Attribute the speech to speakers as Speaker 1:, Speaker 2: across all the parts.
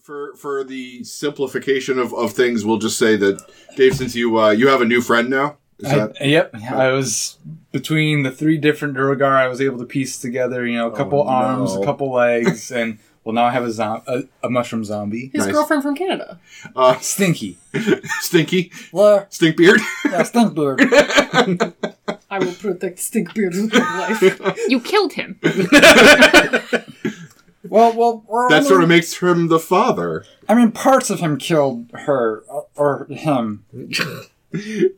Speaker 1: for for the simplification of, of things, we'll just say that Dave, since you uh, you have a new friend now, is
Speaker 2: I-
Speaker 1: that
Speaker 2: yep, I was between the three different Duergar. I was able to piece together, you know, a couple
Speaker 1: no.
Speaker 2: arms, a couple legs, and well, now I have a, zom- a, a mushroom zombie.
Speaker 3: His
Speaker 1: Nice.
Speaker 3: girlfriend from Canada.
Speaker 1: uh,
Speaker 2: Stinky.
Speaker 1: Stinky
Speaker 2: Well,
Speaker 1: Stinkbeard?
Speaker 2: yeah, stink bird.
Speaker 3: I will protect Stinkbeard with my life.
Speaker 4: You killed him.
Speaker 2: Well, well, we're
Speaker 1: that
Speaker 2: only-
Speaker 1: sort of makes him the father.
Speaker 2: I mean, parts of him killed her or, or him.
Speaker 1: But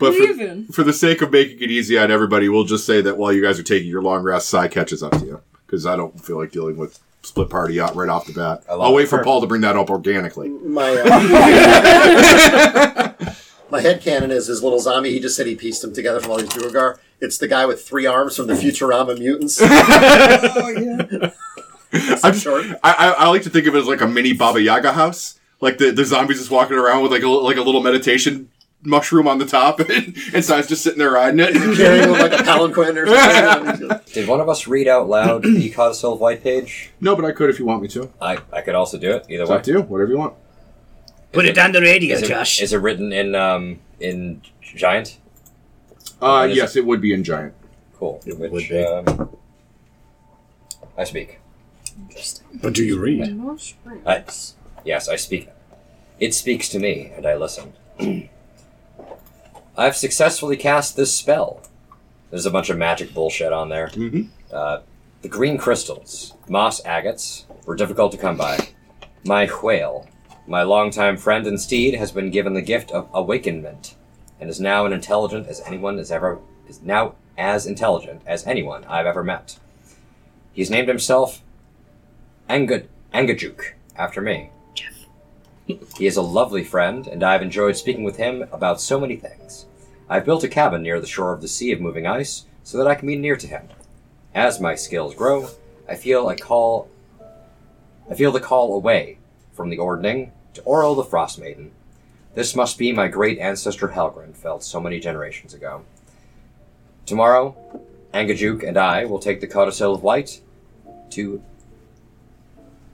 Speaker 1: for,
Speaker 3: Even.
Speaker 1: for the sake of making it easy on everybody, we'll just say that while you guys are taking your long rest, Psy catches up to you because I don't feel like dealing with split party out right off the bat.
Speaker 5: I love
Speaker 1: I'll
Speaker 5: it.
Speaker 1: wait for Paul to bring that up organically.
Speaker 5: My uh, my headcanon is his little zombie. He just said he pieced him together from all these Duergar. It's the guy with three arms from the Futurama mutants.
Speaker 2: Oh yeah.
Speaker 1: I'm
Speaker 5: short.
Speaker 1: I, I, I like to think of it as like a mini Baba Yaga house. Like the, the zombies just walking around with like a, like a little meditation mushroom on the top, and, and Sai's just sitting there riding it.
Speaker 5: Carrying him like a palanquin or something.
Speaker 6: Did one of us read out loud the codicil white page?
Speaker 1: no, but I could if you want me to.
Speaker 6: I, I could also do it. Either
Speaker 1: It's up
Speaker 6: way.
Speaker 1: to you. Whatever you want.
Speaker 7: Put it on the radio,
Speaker 6: Is it,
Speaker 7: Josh.
Speaker 6: is it written in um in giant?
Speaker 1: Uh,
Speaker 6: What is
Speaker 1: yes, it would be in giant.
Speaker 6: Cool.
Speaker 7: It
Speaker 6: Which
Speaker 7: would be.
Speaker 6: Um, I speak.
Speaker 7: but do you read?
Speaker 6: I, yes, I speak. It speaks to me, and I listen. I've successfully cast this spell. There's a bunch of magic bullshit on there.
Speaker 1: Mhm.
Speaker 6: Uh, the green crystals, moss agates, were difficult to come by. My whale, my longtime friend and steed, has been given the gift of awakenment, and is now an intelligent as anyone has ever is now as intelligent as anyone I've ever met. He's named himself Angad Angajuk after me. Jeff. He is a lovely friend, and I've enjoyed speaking with him about so many things. I've built a cabin near the shore of the Sea of Moving Ice so that I can be near to him. As my skills grow, I feel I call I feel the call away from the Ordning to Oral the Frost Maiden. This must be my great ancestor Helgrin felt so many generations ago. Tomorrow, Angajuk and I will take the Codicil of Light to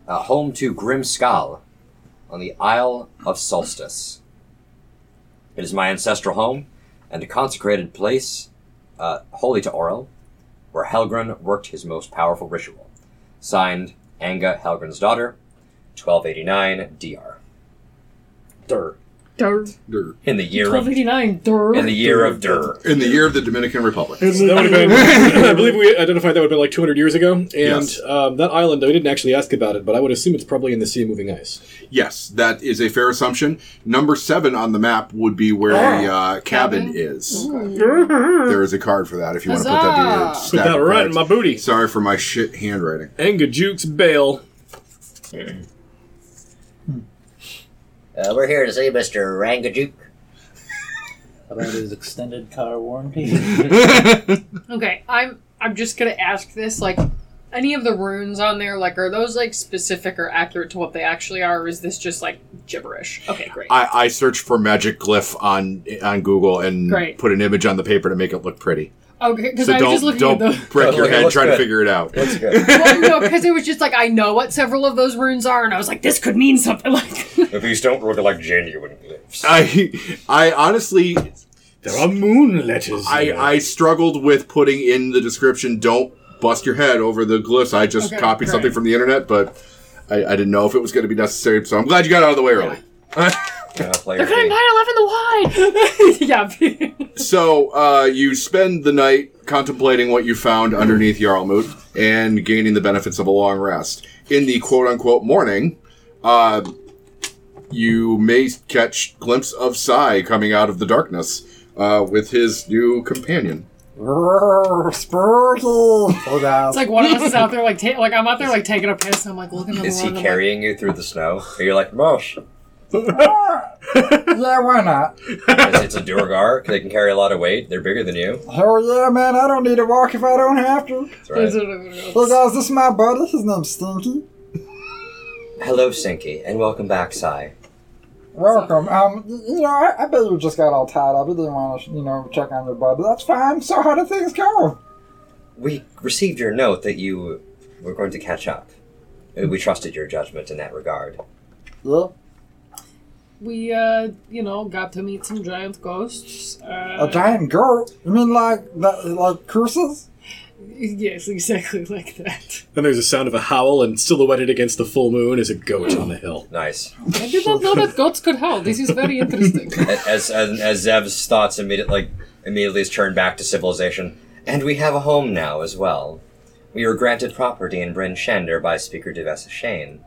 Speaker 6: uh, home to Grim Skal on the Isle of Solstice. It is my ancestral home and a consecrated place uh, holy to Orel, where Helgrin worked his most powerful ritual. Signed, Anga Helgrin's daughter, 1289 DR. Dur.
Speaker 1: Dur.
Speaker 6: In the year of
Speaker 3: 1289, durr.
Speaker 6: in the year of Dur.
Speaker 1: In the year of the Dominican Republic.
Speaker 8: That would have been, I believe we identified that would have been like 200 years ago. And
Speaker 1: Yes.
Speaker 8: um, that island, though, we didn't actually ask about it, but I would assume it's probably in the Sea of Moving Ice.
Speaker 1: Yes, that is a fair assumption. Number seven on the map would be where the uh,
Speaker 3: Cabin.
Speaker 1: cabin, is. There is a card for that if you want to put that in your
Speaker 3: Huzzah!
Speaker 1: stack
Speaker 8: Got
Speaker 1: of
Speaker 8: it right in
Speaker 1: cards.
Speaker 8: my booty.
Speaker 1: Sorry for my shit handwriting.
Speaker 8: Enga Jukes bail.
Speaker 5: Uh, we're here to see Mr. Rangajuk.
Speaker 9: About his extended car warranty.
Speaker 3: Okay, I'm I'm just gonna ask this, like any of the runes on there, like are those like specific or accurate to what they actually are, or is this just like gibberish? Okay, great.
Speaker 1: I, I searched for magic glyph on on Google and
Speaker 3: Great.
Speaker 1: put an image on the paper to make it look pretty.
Speaker 3: Okay, because
Speaker 1: So
Speaker 3: I was just looking
Speaker 1: don't don't
Speaker 3: at the
Speaker 1: break your
Speaker 6: Okay,
Speaker 1: head
Speaker 6: looks
Speaker 1: trying to
Speaker 6: good.
Speaker 1: figure it out.
Speaker 6: That's good.
Speaker 3: well, no, because it was just like I know what several of those runes are, and I was like, this could mean something. Like,
Speaker 6: if these don't look like genuine glyphs.
Speaker 1: I I honestly
Speaker 7: There are moon letters.
Speaker 1: I,
Speaker 7: here.
Speaker 1: I struggled with putting in the description. Don't bust your head over the glyphs. I just
Speaker 3: Okay,
Speaker 1: copied
Speaker 3: great.
Speaker 1: something from the internet, but I, I didn't know if it was going to be necessary. So I'm glad you got out of the way early.
Speaker 6: Uh, player
Speaker 3: they're gonna
Speaker 6: B.
Speaker 3: 911 the wide. yeah.
Speaker 1: So uh, you spend the night contemplating what you found underneath Yarlmoot and gaining the benefits of a long rest. In the quote unquote morning, uh, you may catch glimpse of Sai coming out of the darkness uh, with his new companion.
Speaker 2: Hold
Speaker 3: It's like one of us is out there, like ta- like I'm out there, like taking a piss, and I'm like looking at
Speaker 6: Is
Speaker 3: the
Speaker 6: he
Speaker 3: rune, and I'm like,
Speaker 6: carrying you through the snow? Are you like, Mosh?
Speaker 2: yeah, why not?
Speaker 6: Because it's a Durgar. They can carry a lot of weight. They're bigger than you.
Speaker 2: Hell yeah, man! I don't need to walk if I don't have to.
Speaker 6: That's right.
Speaker 2: Hey guys, this is my buddy. His name's Stinky.
Speaker 6: Hello, Sinky, and welcome back, Sai.
Speaker 2: Welcome. Um, y- you know, I, I bet you just got all tied up. You didn't want to, you know, check on your buddy. That's fine. So how do things go?
Speaker 6: We received your note that you were going to catch up. Uh, We trusted your judgment in that regard.
Speaker 9: Well,
Speaker 3: We, uh, you know, got to meet some giant ghosts. Uh,
Speaker 2: A giant goat? You mean like that, like curses?
Speaker 3: Yes, exactly like that.
Speaker 8: Then there's a sound of a howl, and silhouetted against the full moon is a goat on the hill.
Speaker 6: Nice.
Speaker 3: I did not know that goats could howl. This is very interesting.
Speaker 6: A- As as, as Zev's thoughts immediately like, immediately is turned back to civilization, and we have a home now as well. We were granted property in Bryn Shander by Speaker Devessa Shane.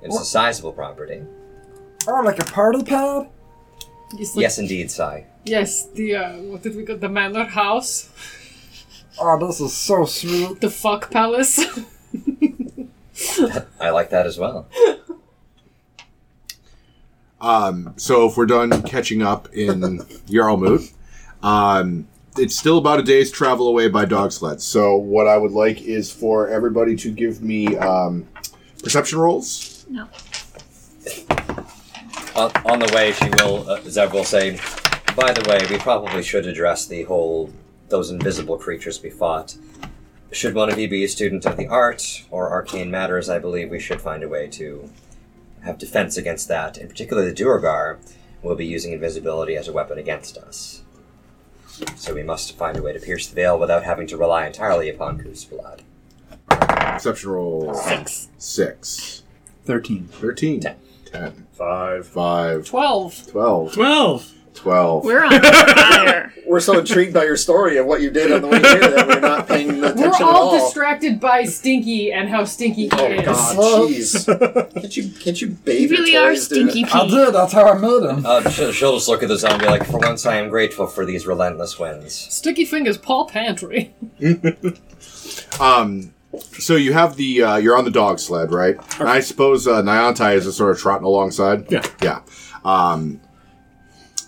Speaker 6: It's a sizable property.
Speaker 2: Or Oh, like a party pad?
Speaker 3: It's like-
Speaker 6: Yes, indeed, Sai.
Speaker 3: Yes, the, uh, what did we call The manor house?
Speaker 2: Oh, this is so sweet.
Speaker 3: The fuck palace?
Speaker 6: I like that as well.
Speaker 1: Um, so if we're done catching up in Yarlmoot, um, it's still about a day's travel away by dog sleds. So what I would like is for everybody to give me um, perception rolls.
Speaker 6: on, on the way, she will. Uh, Zev will say, "By the way, we probably should address the whole those invisible creatures we fought. Should one of you be a student of the art or arcane matters, I believe we should find a way to have defense against that. In particular, the Duergar will be using invisibility as a weapon against us." So we must find a way to pierce the veil without having to rely entirely upon Ku's blood.
Speaker 1: Perception roll
Speaker 3: Six.
Speaker 1: six,
Speaker 9: 13.
Speaker 1: 13,
Speaker 6: Ten.
Speaker 1: 10,
Speaker 7: Five.
Speaker 1: 5,
Speaker 3: Twelve.
Speaker 1: 12,
Speaker 7: Twelve.
Speaker 1: 12.
Speaker 4: We're on fire.
Speaker 5: We're so intrigued by your story of what you did on the way here that we're not paying attention
Speaker 3: We're
Speaker 5: at
Speaker 3: all
Speaker 5: all.
Speaker 3: distracted by Stinky and how stinky he
Speaker 5: oh
Speaker 3: is.
Speaker 5: God, jeez! can't you can't you
Speaker 4: You
Speaker 5: bathe?
Speaker 4: really
Speaker 5: your
Speaker 4: are
Speaker 5: toys, dude?
Speaker 4: stinky
Speaker 2: I
Speaker 4: pee.
Speaker 2: did, that's how I made him.
Speaker 6: Uh, she'll, she'll just look at the zombie like, for once, I am grateful for these relentless winds.
Speaker 3: Sticky fingers, Paul Pantry.
Speaker 1: Um, so you have the uh, you're on the dog sled, right? And I suppose uh, Niantai is just sort of trotting alongside.
Speaker 8: Yeah.
Speaker 1: yeah. Um,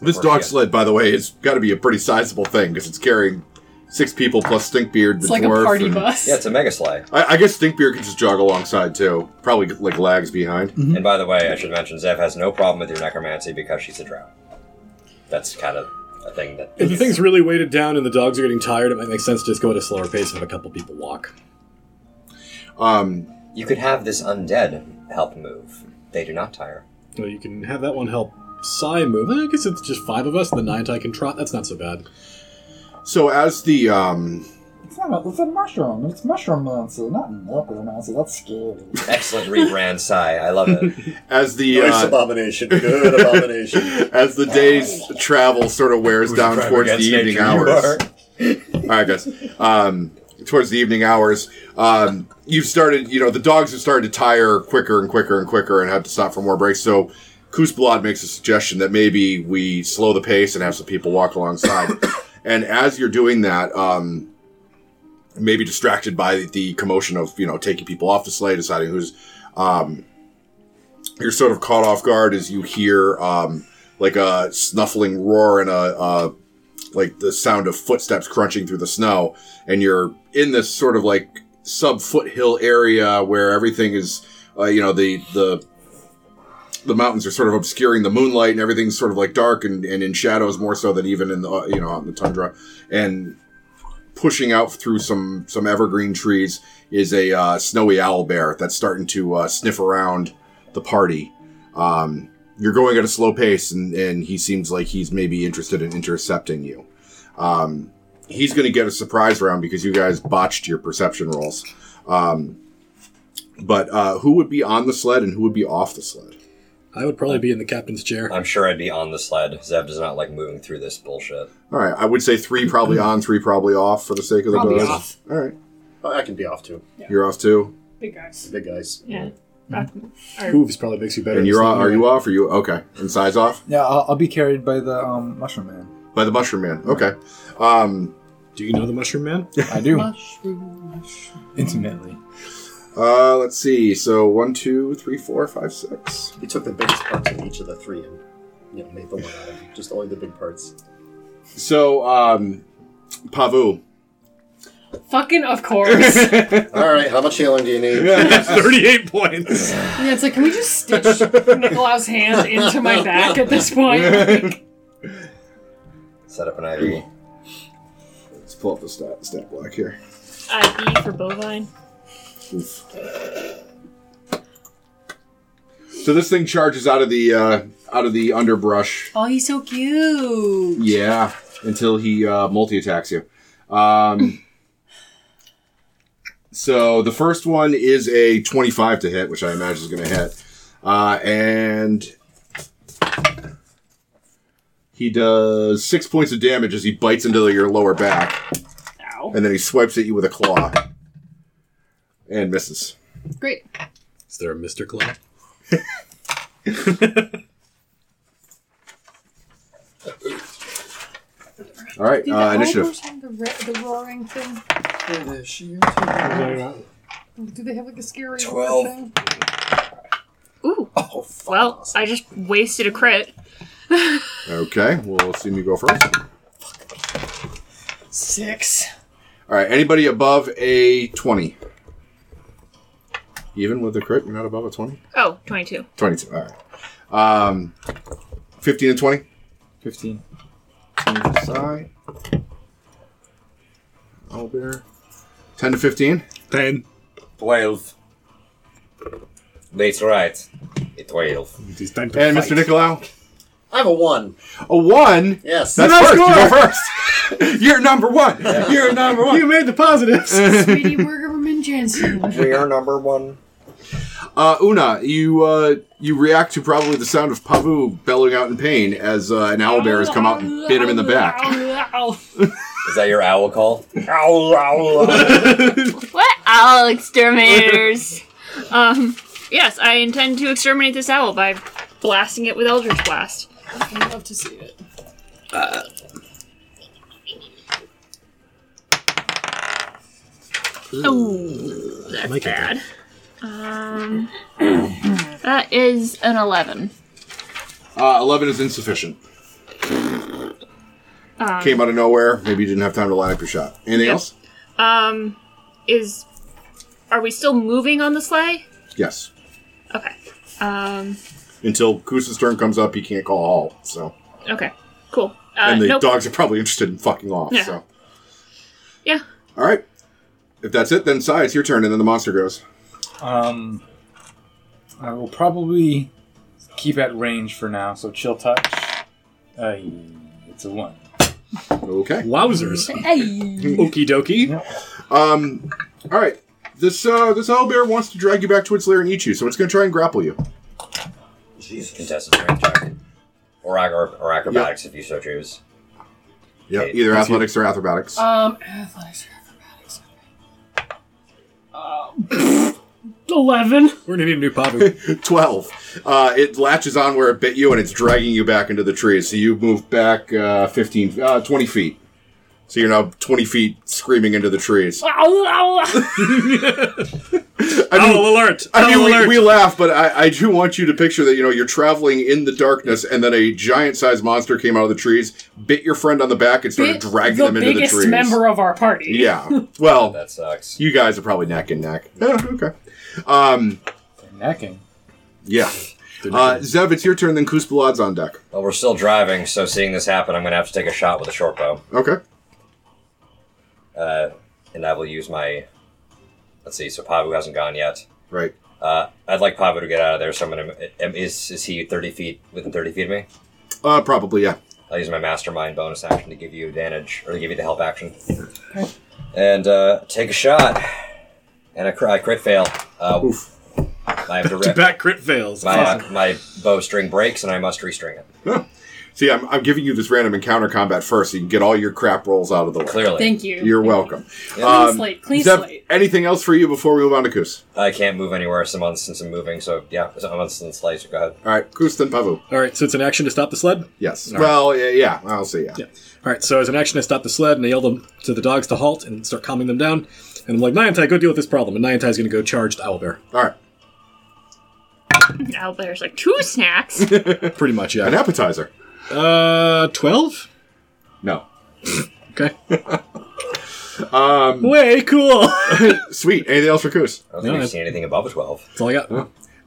Speaker 1: this
Speaker 6: Or-
Speaker 1: dog
Speaker 6: yeah.
Speaker 1: sled, by the way, has got to be a pretty sizable thing because it's carrying six people plus Stinkbeard, the
Speaker 3: It's like a
Speaker 1: dwarf.
Speaker 3: party
Speaker 1: and-
Speaker 3: bus.
Speaker 6: Yeah, it's a mega slide.
Speaker 1: I, I guess Stinkbeard can just jog alongside too. Probably like lags behind.
Speaker 6: And by the way, I should mention Zev has no problem with your necromancy because she's a drow. That's kind of a thing that.
Speaker 8: If the thing's really weighted down and the dogs are getting tired, it might make sense to just go at a slower pace and have a couple people walk.
Speaker 1: Um,
Speaker 6: You could have this undead help move. They do not tire.
Speaker 8: Well, you can have that one help Sai move. I guess it's just five of us. The nine I can trot. That's not so bad.
Speaker 1: so as the um,
Speaker 2: It's not a, it's a mushroom. It's mushroom mancy, not necromancy. That's scary.
Speaker 6: Excellent rebrand, Sai. I love it.
Speaker 1: as the
Speaker 5: Nice
Speaker 1: uh,
Speaker 5: abomination. Good abomination.
Speaker 1: as the day's travel sort of wears down towards the evening hours. All right, guys. Um, towards the evening hours, um, you've started. You know, the dogs have started to tire quicker and quicker and quicker, and have to stop for more breaks. So, Koosblad makes a suggestion that maybe we slow the pace and have some people walk alongside. and as you're doing that, um, maybe distracted by the commotion of you know taking people off the sleigh, deciding who's, um, you're sort of caught off guard as you hear um, like a snuffling roar and a. a like the sound of footsteps crunching through the snow and you're in this sort of like sub foothill area where everything is uh, you know the the the mountains are sort of obscuring the moonlight and everything's sort of like dark and, and in shadows more so than even in the uh, you know out in the tundra and pushing out through some some evergreen trees is a uh, snowy owl bear that's starting to uh, sniff around the party um, you're going at a slow pace, and, and he seems like he's maybe interested in intercepting you. Um, he's going to get a surprise round because you guys botched your perception rolls. Um, but uh, who would be on the sled and who would be off the sled?
Speaker 8: I would probably be in the captain's chair.
Speaker 6: I'm sure I'd be on the sled. Zev does not like moving through this bullshit.
Speaker 1: All right, I would say three probably on, three probably off for the sake of the
Speaker 3: Probably
Speaker 1: dogs.
Speaker 3: off.
Speaker 1: All right,
Speaker 5: Oh, I can be off too.
Speaker 1: you're off too,
Speaker 3: Big guys.
Speaker 5: Big guys.
Speaker 3: Yeah.
Speaker 8: Hooves probably makes you better.
Speaker 1: and you're off, are you
Speaker 8: up?
Speaker 1: off? Are you okay? And size off
Speaker 2: Yeah, I'll, I'll be carried by the um, mushroom man.
Speaker 1: by the mushroom man. Okay, um,
Speaker 8: Do you know the Mushroom Man?
Speaker 2: I do
Speaker 3: Mushroom, mushroom.
Speaker 9: Intimately.
Speaker 1: uh, let's see. So one, two, three, four, five, six.
Speaker 5: You took the biggest parts of each of the three and you know made the one out of them. Just only the big parts.
Speaker 1: So um, Pavu.
Speaker 3: Fucking of course. yeah,
Speaker 5: All right. How much healing do you need?
Speaker 7: Thirty-eight points.
Speaker 3: it's like, can we just stitch Nikolau's hand into my back at this point? Like,
Speaker 6: Set up an IV.
Speaker 1: Let's pull up the stat, stat block here.
Speaker 4: IV for bovine.
Speaker 1: Oof. So this thing charges out of the uh, out of the underbrush.
Speaker 3: Oh, he's so cute.
Speaker 1: Yeah, until he uh, multi attacks you. Um, so the first one is a twenty-five to hit, which I imagine is going to hit, uh, and he does six points of damage as he bites into your lower back,
Speaker 3: Ow.
Speaker 1: and then he swipes at you with a claw and misses.
Speaker 3: Great.
Speaker 8: Is there a Mr. Claw?
Speaker 1: All right,
Speaker 3: Did
Speaker 1: uh,
Speaker 3: the
Speaker 1: initiative.
Speaker 3: ogres have the, ra- the roaring thing? Do they have like a scary ogre
Speaker 6: Twelve.
Speaker 3: thing?
Speaker 4: Ooh.
Speaker 1: Oh,
Speaker 4: well, I just wasted a crit.
Speaker 1: Okay, we'll see me go first.
Speaker 3: Six.
Speaker 1: All right, anybody above a 20? Even with the crit, you're not above a 20?
Speaker 4: Oh, 22.
Speaker 1: 22, all right. Um, 15 and 20?
Speaker 9: 15.
Speaker 1: Side. All bear. 10 to 15?
Speaker 7: Ten.
Speaker 6: 12. That's right. A 12.
Speaker 7: It is time to
Speaker 1: And
Speaker 7: fight.
Speaker 1: Mr. Nicolau?
Speaker 5: I have a one.
Speaker 1: A 1?
Speaker 5: Yes.
Speaker 1: That's
Speaker 7: I
Speaker 1: first.
Speaker 7: score!
Speaker 1: You go first. you're number one. You're number one.
Speaker 7: You made the positives.
Speaker 3: Sweetie Bergerman Jensen.
Speaker 6: We are number one.
Speaker 1: Uh, Una, you uh, you react to probably the sound of Pavu bellowing out in pain as uh, an owlbear has come out and bit him in the back.
Speaker 6: Is that your owl call? owl, owl, owl.
Speaker 4: What? Owl exterminators! um, yes, I intend to exterminate this owl by blasting it with Eldritch Blast.
Speaker 3: I'd love to see it.
Speaker 4: Oh, that's
Speaker 8: Like it,
Speaker 4: bad. Um, that is an 11.
Speaker 1: Uh, 11 is insufficient. Came out of nowhere. Maybe you didn't have time to line up your shot. Anything else?
Speaker 4: Um, is. Are we still moving on the sleigh?
Speaker 1: Yes.
Speaker 4: Okay. Um,
Speaker 1: Until Kusa's turn comes up, he can't call all. So,
Speaker 4: okay. Cool. Uh,
Speaker 1: and the
Speaker 4: nope.
Speaker 1: dogs are probably interested in fucking off.
Speaker 4: Yeah.
Speaker 1: So,
Speaker 4: Yeah.
Speaker 1: all right. If that's it, then Sai, it's your turn, and then the monster goes.
Speaker 9: Um, I will probably keep at range for now, so chill touch. Uh, it's a one.
Speaker 1: Okay.
Speaker 8: Wowzers.
Speaker 3: Hey.
Speaker 8: Okie dokie.
Speaker 1: Um. All right. This uh this owlbear wants to drag you back to its lair and eat you, so it's going to try and grapple you.
Speaker 6: Jesus. Contested strength check. Or, acro- or acrobatics if you so choose.
Speaker 1: Yeah.
Speaker 6: Okay.
Speaker 1: Either athletics or acrobatics.
Speaker 3: Um, athletics or acrobatics. Um, eleven.
Speaker 8: We're gonna need a new Pavu.
Speaker 1: 12. Uh, it latches on where it bit you and it's dragging you back into the trees. So you move back uh, 15, uh, 20 feet. So you're now 20 feet screaming into the trees. I
Speaker 7: Owl
Speaker 1: mean,
Speaker 7: alert! Owl
Speaker 1: I mean
Speaker 7: alert!
Speaker 1: we, we laugh, but I, I do want you to picture that, you know, you're traveling in the darkness and then a giant sized monster came out of the trees, bit your friend on the back, and started dragging
Speaker 3: the
Speaker 1: them into the
Speaker 3: biggest
Speaker 1: trees.
Speaker 3: member of our party.
Speaker 1: yeah. Well,
Speaker 6: That sucks.
Speaker 1: you guys are probably neck and neck. Yeah, okay. Um,
Speaker 9: Necking.
Speaker 1: yeah. Uh, Zev, it's your turn, then Kuzbalad's on deck.
Speaker 6: Well, we're still driving, so seeing this happen, I'm going to have to take a shot with a short bow.
Speaker 1: Okay.
Speaker 6: Uh, and I will use my. Let's see, so Pavu hasn't gone yet.
Speaker 1: Right.
Speaker 6: Uh, I'd like Pavu to get out of there, so I'm going to. Is, is he 30 feet, within 30 feet of me?
Speaker 1: Uh, probably, yeah.
Speaker 6: I'll use my mastermind bonus action to give you advantage, or to give you the help action. And uh, take a shot. And a crit, I crit fail. Uh,
Speaker 1: Oof.
Speaker 6: I have
Speaker 7: To
Speaker 6: to rip.
Speaker 7: back crit fails.
Speaker 6: My, uh, my bowstring breaks, and I must restring it.
Speaker 1: See, I'm, I'm giving you this random encounter combat first so you can get all your crap rolls out of the way.
Speaker 6: Clearly.
Speaker 3: Thank you.
Speaker 1: You're welcome.
Speaker 3: clean
Speaker 1: Um,
Speaker 3: slate. Clean
Speaker 1: Zev,
Speaker 3: slate.
Speaker 1: anything else for you before we move on to Kus?
Speaker 6: I can't move anywhere so months since I'm moving, so yeah, so months since slice, go ahead.
Speaker 1: All right, Kus then Pavu.
Speaker 8: All right, so it's an action to stop the sled.
Speaker 1: Yes.
Speaker 8: All right.
Speaker 1: well, yeah, yeah, I'll see. Yeah.
Speaker 8: Yeah. All right, so as an action, I stop the sled and I yell them to the dogs to halt and start calming them down. And I'm like, Niantai, go deal with this problem. And Niantai's going to go charge the owlbear.
Speaker 1: All right,
Speaker 4: Owl bear's like two snacks.
Speaker 8: Pretty much,
Speaker 1: an
Speaker 8: yeah.
Speaker 1: appetizer.
Speaker 8: Uh, 12?
Speaker 1: No.
Speaker 8: Okay. um, Way cool.
Speaker 1: Sweet. Anything else for Kus?
Speaker 6: I don't think
Speaker 8: No,
Speaker 6: we've
Speaker 8: that's-
Speaker 6: seen anything above a 12.
Speaker 8: That's all I got.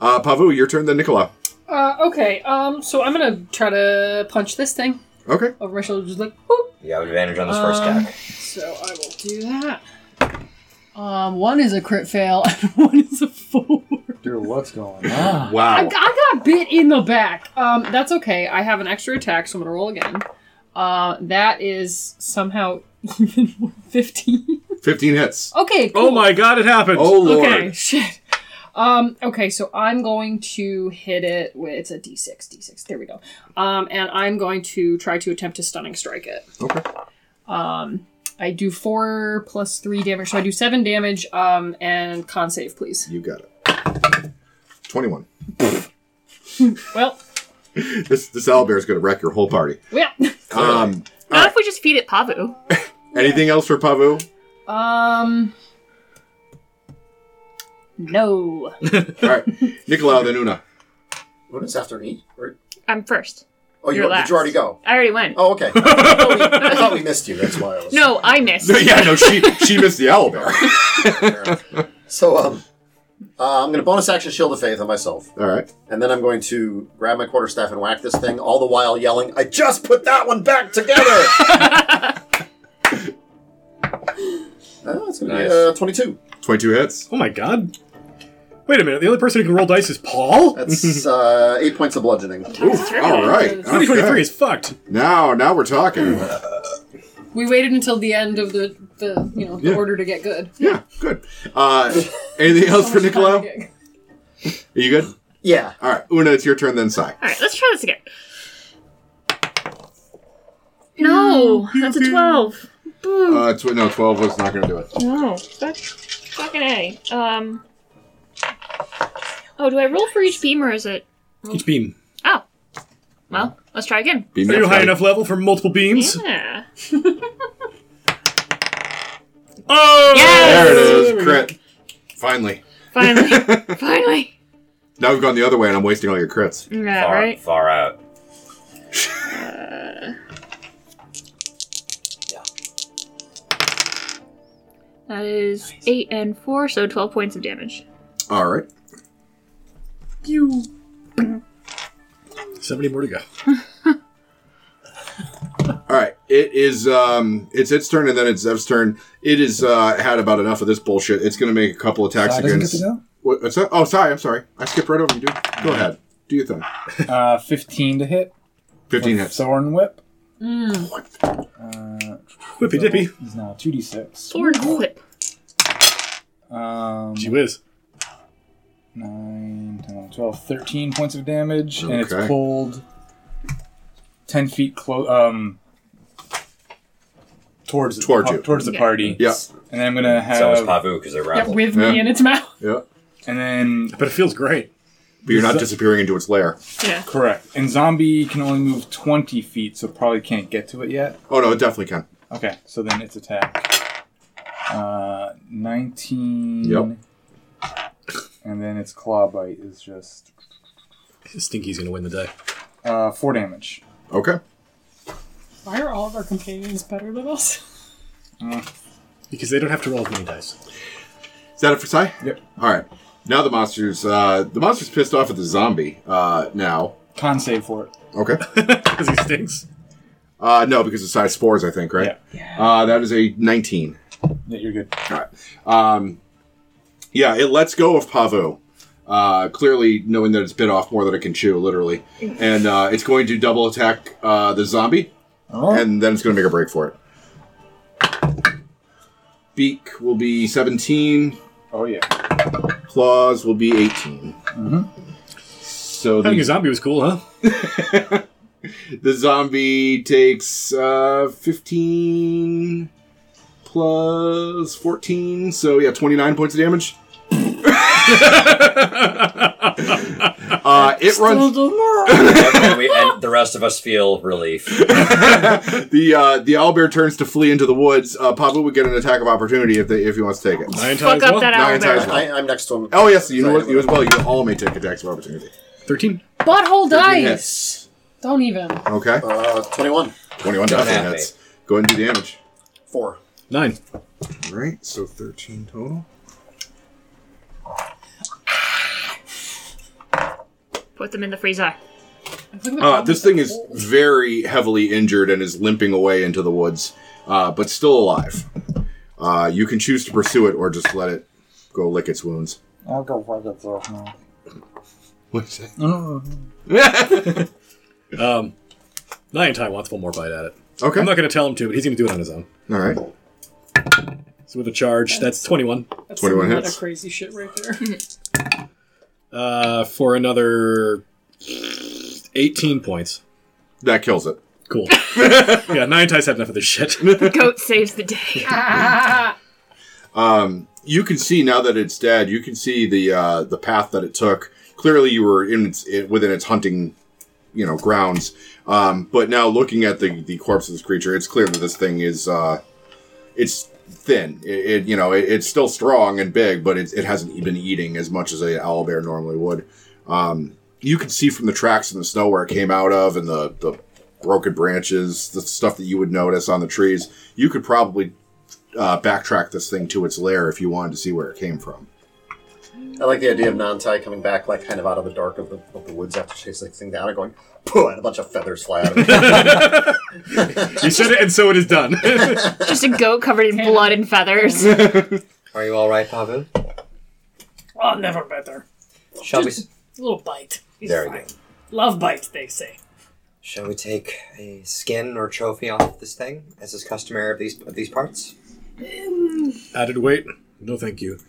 Speaker 1: Uh, Pavu, your turn. Then Nicola.
Speaker 3: Uh, okay. Um, so I'm gonna try to punch this thing
Speaker 1: Okay.
Speaker 3: over my shoulder, just like whoop.
Speaker 6: You have advantage on this first
Speaker 3: Um,
Speaker 6: attack.
Speaker 3: So I will do that. Um, one is a crit fail, and one is a four.
Speaker 9: Doctor, what's going on?
Speaker 3: I,
Speaker 1: Wow.
Speaker 3: I got bit in the back. Um, that's okay. I have an extra attack, so I'm gonna roll again. Uh, that is somehow even more- fifteen.
Speaker 1: 15 hits.
Speaker 3: Okay. Cool.
Speaker 8: Oh my god, it happened!
Speaker 1: Oh, Lord.
Speaker 3: Okay. Shit. Um, okay, so I'm going to hit it with it's a d6, d6. There we go. Um, and I'm going to try to attempt to stunning strike it.
Speaker 1: Okay.
Speaker 3: Um, I do four plus three damage, so I do seven damage. Um, and con save, please.
Speaker 1: You got it. 21.
Speaker 3: Well,
Speaker 1: This, this owlbear is going to wreck your whole party.
Speaker 3: yeah.
Speaker 1: Um,
Speaker 4: Not if we just feed it Pavu.
Speaker 1: anything else for Pavu?
Speaker 3: Um, no.
Speaker 1: All right. Nicolau, then Una.
Speaker 5: What is after me? Or,
Speaker 4: I'm first.
Speaker 5: oh, you,
Speaker 4: You're
Speaker 5: did you already go?
Speaker 4: I already went.
Speaker 5: Oh, okay. I thought, we, I thought we missed you. That's why I was.
Speaker 4: No, I missed.
Speaker 1: yeah, no, she, she missed the owlbear.
Speaker 5: So, um, uh, I'm going to bonus action Shield of Faith on myself.
Speaker 1: All right.
Speaker 5: And then I'm going to grab my quarterstaff and whack this thing, all the while yelling, I just put that one back together! oh, it's going to
Speaker 6: Nice.
Speaker 5: be uh, 22.
Speaker 1: 22 hits.
Speaker 8: Oh my god. Wait a minute, the only person who can roll dice is Paul?
Speaker 5: That's uh, eight points of bludgeoning.
Speaker 1: All right.
Speaker 8: 2023
Speaker 1: okay.
Speaker 8: is fucked.
Speaker 1: Now, now we're talking.
Speaker 3: We waited until the end of the, the you know the
Speaker 1: Yeah.
Speaker 3: order to get good.
Speaker 1: Yeah, good. Uh, anything else for Nicolau? Are you good?
Speaker 5: Yeah.
Speaker 1: All right, Una, it's your turn then, Sai.
Speaker 4: All right, let's try this again. No, that's a twelve.
Speaker 1: Uh, tw- no, 12 was not going to do it.
Speaker 4: No, fuck, Oh, fucking a. Um. Oh, do I roll for each beam or is it?
Speaker 8: Each beam.
Speaker 4: Oh, well, let's try again.
Speaker 1: Beam
Speaker 8: Are
Speaker 1: me
Speaker 8: you
Speaker 1: up,
Speaker 8: high
Speaker 1: Sai.
Speaker 8: enough level for multiple beams?
Speaker 4: Yeah.
Speaker 8: Oh!
Speaker 4: Yes!
Speaker 1: There it is. Crit. Finally.
Speaker 4: Finally, finally.
Speaker 1: Now we've gone the other way and I'm wasting all your crits.
Speaker 4: Yeah,
Speaker 6: Far,
Speaker 4: right.
Speaker 6: far out.
Speaker 4: That is eight and four, so twelve points of damage.
Speaker 1: All right.
Speaker 8: 70 more to go.
Speaker 1: All right. It is, um, it's its turn and then it's Zev's turn. It is, uh, had about enough of this bullshit. It's going to make a couple attacks
Speaker 2: Sai doesn't get to
Speaker 1: against.
Speaker 2: go?
Speaker 1: What, what's that? Oh, Sai, I'm sorry. I skipped right over you, dude. Go ahead. Do your thing.
Speaker 9: Uh, 15 to hit.
Speaker 1: 15
Speaker 9: with
Speaker 1: hits.
Speaker 9: Thorn Whip.
Speaker 6: Mm.
Speaker 9: Uh,
Speaker 8: Whippy dippy.
Speaker 9: He's now 2d6.
Speaker 4: Sword whip.
Speaker 9: Um,
Speaker 8: Gee whiz.
Speaker 9: 9, 10, 12, 13 points of damage, and it's
Speaker 1: Okay.
Speaker 9: pulled 10 feet close. Um, towards
Speaker 1: Towards
Speaker 9: the,
Speaker 1: you.
Speaker 9: Towards the
Speaker 4: Yeah.
Speaker 9: party.
Speaker 1: Yeah.
Speaker 9: And then I'm going to
Speaker 6: It's
Speaker 8: Uh,
Speaker 6: almost
Speaker 9: have.
Speaker 6: Pavu because they're
Speaker 3: Yeah,
Speaker 6: rabble.
Speaker 3: with me
Speaker 1: Yeah.
Speaker 3: in its mouth.
Speaker 1: Yeah.
Speaker 9: And then.
Speaker 8: But it feels great.
Speaker 1: But you're not disappearing into its lair.
Speaker 4: Yeah.
Speaker 9: Correct. And zombie can only move 20 feet, so probably can't get to it yet.
Speaker 1: Oh, no, it definitely can.
Speaker 9: Okay, so then it's attack. Uh, 19.
Speaker 1: Yep.
Speaker 9: And then its claw bite is just
Speaker 8: Stinky's gonna win the day.
Speaker 9: uh, 4 damage.
Speaker 1: Okay.
Speaker 3: Why are all of our companions better than us?
Speaker 8: Because they don't have to roll as many dice.
Speaker 1: Is that it for Sai?
Speaker 9: Yep.
Speaker 1: All right. Now the monster's uh, the monster's pissed off at the zombie. Uh, now,
Speaker 9: Con save for it.
Speaker 1: okay.
Speaker 8: Because he stinks.
Speaker 1: Uh, no, because of size spores, I think. Right. Uh, that is a nineteen.
Speaker 9: Yeah, you're good.
Speaker 1: All right. Um, yeah, it lets go of Pavu. Uh, clearly, knowing that it's bit off more than it can chew, literally, and uh, it's going to double attack uh, the zombie,
Speaker 2: Oh.
Speaker 1: and then it's going to make a break for it. Beak will be seventeen.
Speaker 9: Oh, yeah.
Speaker 1: Claws will be 18 So the
Speaker 8: Having a zombie was cool, huh?
Speaker 1: The zombie takes uh, 15 plus 14, so yeah, 29 points of damage. uh, it runs.
Speaker 6: and, we, and the rest of us feel relief.
Speaker 1: The uh, the owlbear turns to flee into the woods. Uh, Pabu would get an attack of opportunity if they, if he wants to take it.
Speaker 8: Nine
Speaker 4: Fuck
Speaker 8: times
Speaker 4: up
Speaker 8: well.
Speaker 4: that
Speaker 1: Nine times
Speaker 4: owlbear.
Speaker 1: well.
Speaker 5: I, I'm next to him.
Speaker 1: Oh yes, you know what? You as well. You all may take attacks of opportunity.
Speaker 8: 13.
Speaker 3: Butthole dice.
Speaker 1: Thirteen hits.
Speaker 3: Don't even.
Speaker 1: Okay,
Speaker 5: Uh, 21.
Speaker 1: twenty-one
Speaker 6: Don't
Speaker 1: thousand
Speaker 6: have
Speaker 1: hits. Go ahead and do damage.
Speaker 5: 4.
Speaker 8: Nine.
Speaker 1: All right, so thirteen total.
Speaker 4: Put them in the freezer.
Speaker 3: I think the
Speaker 1: Uh,
Speaker 3: problem
Speaker 1: this thing is very heavily injured and is limping away into the woods, uh, but still alive. Uh, you can choose to pursue it or just let it go lick its wounds.
Speaker 2: I'll go fuck itself now.
Speaker 1: What's that?
Speaker 2: Mm.
Speaker 8: Um, Niantai wants one more bite at it.
Speaker 1: Okay.
Speaker 8: I'm not going to tell him to, but he's going to do it on his own.
Speaker 1: All right.
Speaker 8: So with a charge, that's 21
Speaker 3: That's
Speaker 1: 21
Speaker 3: some meta
Speaker 1: hits.
Speaker 3: crazy shit right there.
Speaker 8: uh, for another 18 points.
Speaker 1: That kills it.
Speaker 8: Cool. yeah, Nianti's had enough of this shit.
Speaker 4: Goat saves the day.
Speaker 1: Um, you can see now that it's dead. You can see the uh, the path that it took. Clearly, you were in its, it, within its hunting, you know, grounds. Um, but now, looking at the the corpse of this creature, it's clear that this thing is uh, it's thin. It, it you know it, it's still strong and big, but it, it hasn't been eating as much as an owlbear normally would. Um, you can see from the tracks in the snow where it came out of, and the the broken branches, the stuff that you would notice on the trees. You could probably uh, backtrack this thing to its lair if you wanted to see where it came from.
Speaker 5: I like the idea of Nantai coming back, like kind of out of the dark of the, of the woods after chasing this thing down and going, pooh, and a bunch of feathers fly out of it.
Speaker 8: You said it, and so it is done.
Speaker 4: Just a goat covered in blood and feathers.
Speaker 6: Are you all right, Pavel?
Speaker 10: Well, Oh, never better.
Speaker 6: Shall we? s-
Speaker 10: Just a little bite. He's
Speaker 6: There we
Speaker 10: fine.
Speaker 6: go.
Speaker 10: Love bite, they say.
Speaker 6: Shall we take a skin or trophy off this thing, as is customary of these of these parts,
Speaker 8: Added weight? No, thank you.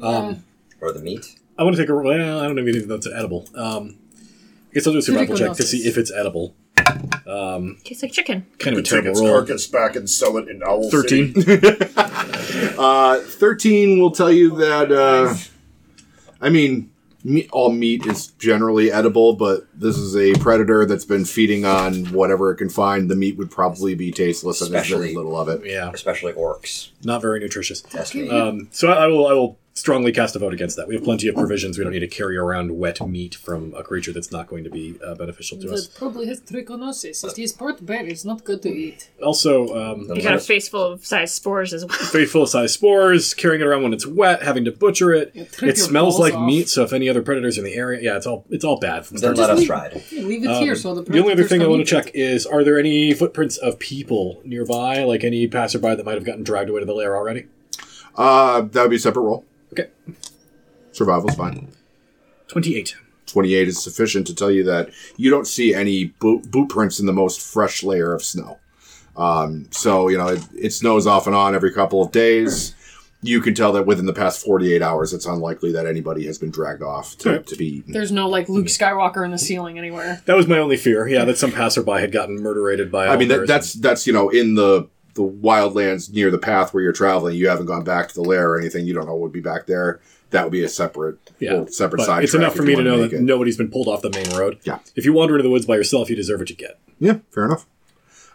Speaker 3: Uh,
Speaker 8: Um,
Speaker 6: or the meat?
Speaker 8: I want to take a. Well, I don't even think that's edible. Um, I guess I'll do a survival check to
Speaker 3: Criticalness.
Speaker 8: see if it's edible.
Speaker 4: Tastes like chicken.
Speaker 8: Kind of a
Speaker 5: Take
Speaker 8: terrible
Speaker 5: its
Speaker 8: roll.
Speaker 5: carcass back and sell it in Owl City.
Speaker 8: 13.
Speaker 1: Uh, 13 will tell you that, uh, I mean, me- all meat is generally edible, but this is a predator that's been feeding on whatever it can find. The meat would probably be tasteless, and there's very
Speaker 6: Especially-
Speaker 1: little of it.
Speaker 8: yeah,
Speaker 6: Especially orcs.
Speaker 8: not very nutritious.
Speaker 6: That's me.
Speaker 8: Um, so I, I will. I will strongly cast a vote against that. We have plenty of provisions. We don't need to carry around wet meat from a creature that's not going to be uh, beneficial to
Speaker 3: That
Speaker 8: us.
Speaker 3: probably has trichinosis. It is port bear. It's not good to eat.
Speaker 8: Also, um,
Speaker 4: You got a face full of size spores as well.
Speaker 8: very full of size spores. Carrying it around when it's wet, having to butcher it.
Speaker 3: trip
Speaker 8: It
Speaker 3: your
Speaker 8: smells
Speaker 3: balls
Speaker 8: like
Speaker 3: off.
Speaker 8: meat. So if any other predators in the area, yeah, it's all it's all bad from
Speaker 6: Then
Speaker 8: start to
Speaker 6: let us ride.
Speaker 3: Yeah, leave it
Speaker 8: Um,
Speaker 3: here so the
Speaker 8: the only other
Speaker 3: predators
Speaker 8: thing I
Speaker 3: can
Speaker 8: want to
Speaker 3: eat
Speaker 8: check
Speaker 3: it.
Speaker 8: is: Are there any footprints of people nearby, like any passerby that might have gotten dragged away to the lair already?
Speaker 1: Uh, that would be a separate roll.
Speaker 8: Okay.
Speaker 1: Survival's fine.
Speaker 8: Twenty-eight.
Speaker 1: 28 is sufficient to tell you that you don't see any boot, boot prints in the most fresh layer of snow. Um, so, you know, it, it snows off and on every couple of days. You can tell that within the past 48 hours, it's unlikely that anybody has been dragged off to, to be eaten.
Speaker 3: There's no like Luke Skywalker in the ceiling anywhere.
Speaker 8: That was my only fear. Yeah, that some passerby had gotten murderated by.
Speaker 1: I mean, that,
Speaker 8: owlbears.
Speaker 1: that's, that's, you know, in the, the wildlands near the path where you're traveling, you haven't gone back to the lair or anything. You don't know what would be back there. That would be a separate,
Speaker 8: yeah.
Speaker 1: well, separate
Speaker 8: But
Speaker 1: side.
Speaker 8: it's enough for me to know that nobody's been pulled off the main road.
Speaker 1: Yeah.
Speaker 8: If you wander into the woods by yourself, you deserve what you get.
Speaker 1: Yeah, fair enough.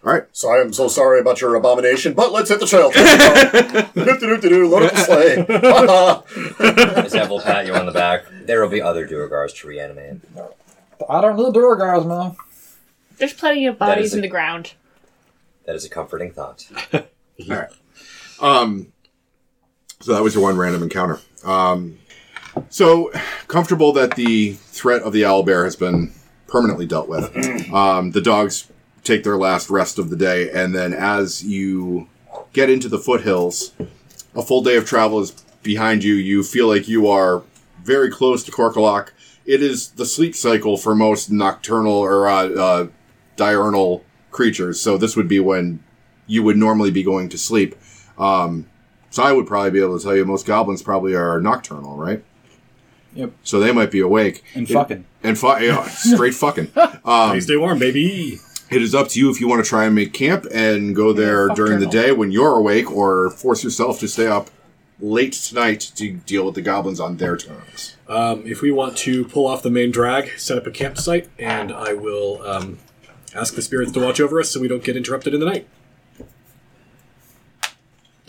Speaker 1: All right.
Speaker 5: So I am so sorry about your abomination, but let's hit the trail. Doop-de-doop-de-doo, Load up the sleigh. Ha, ha.
Speaker 6: As Ev will pat you on the back, there will be other duergars to reanimate.
Speaker 2: I don't need door guards, man.
Speaker 4: There's plenty of
Speaker 6: That is
Speaker 4: bodies
Speaker 6: a-
Speaker 4: in the ground.
Speaker 6: That is a comforting thought.
Speaker 1: Um, so that was your one random encounter. Um, so comfortable that the threat of the owl bear has been permanently dealt with. Um, the dogs take their last rest of the day, and then as you get into the foothills, a full day of travel is behind you. You feel like you are very close to Corkalock. It is the sleep cycle for most nocturnal or uh, uh, diurnal creatures, so this would be when you would normally be going to sleep. Um, so I would probably be able to tell you most goblins probably are nocturnal, right?
Speaker 9: Yep.
Speaker 1: So they might be awake
Speaker 9: And
Speaker 1: It-
Speaker 9: fucking.
Speaker 1: and fu- yeah, straight fucking. Um,
Speaker 8: Hey, stay warm, baby.
Speaker 1: it is up to you if you want to try and make camp and go there
Speaker 3: fuck
Speaker 1: during the
Speaker 3: journal.
Speaker 1: day when you're awake, or force yourself to stay up late tonight to deal with the goblins on their terms.
Speaker 8: Um, if we want to pull off the main drag, set up a campsite, and I will um, ask the spirits to watch over us so we don't get interrupted in the night.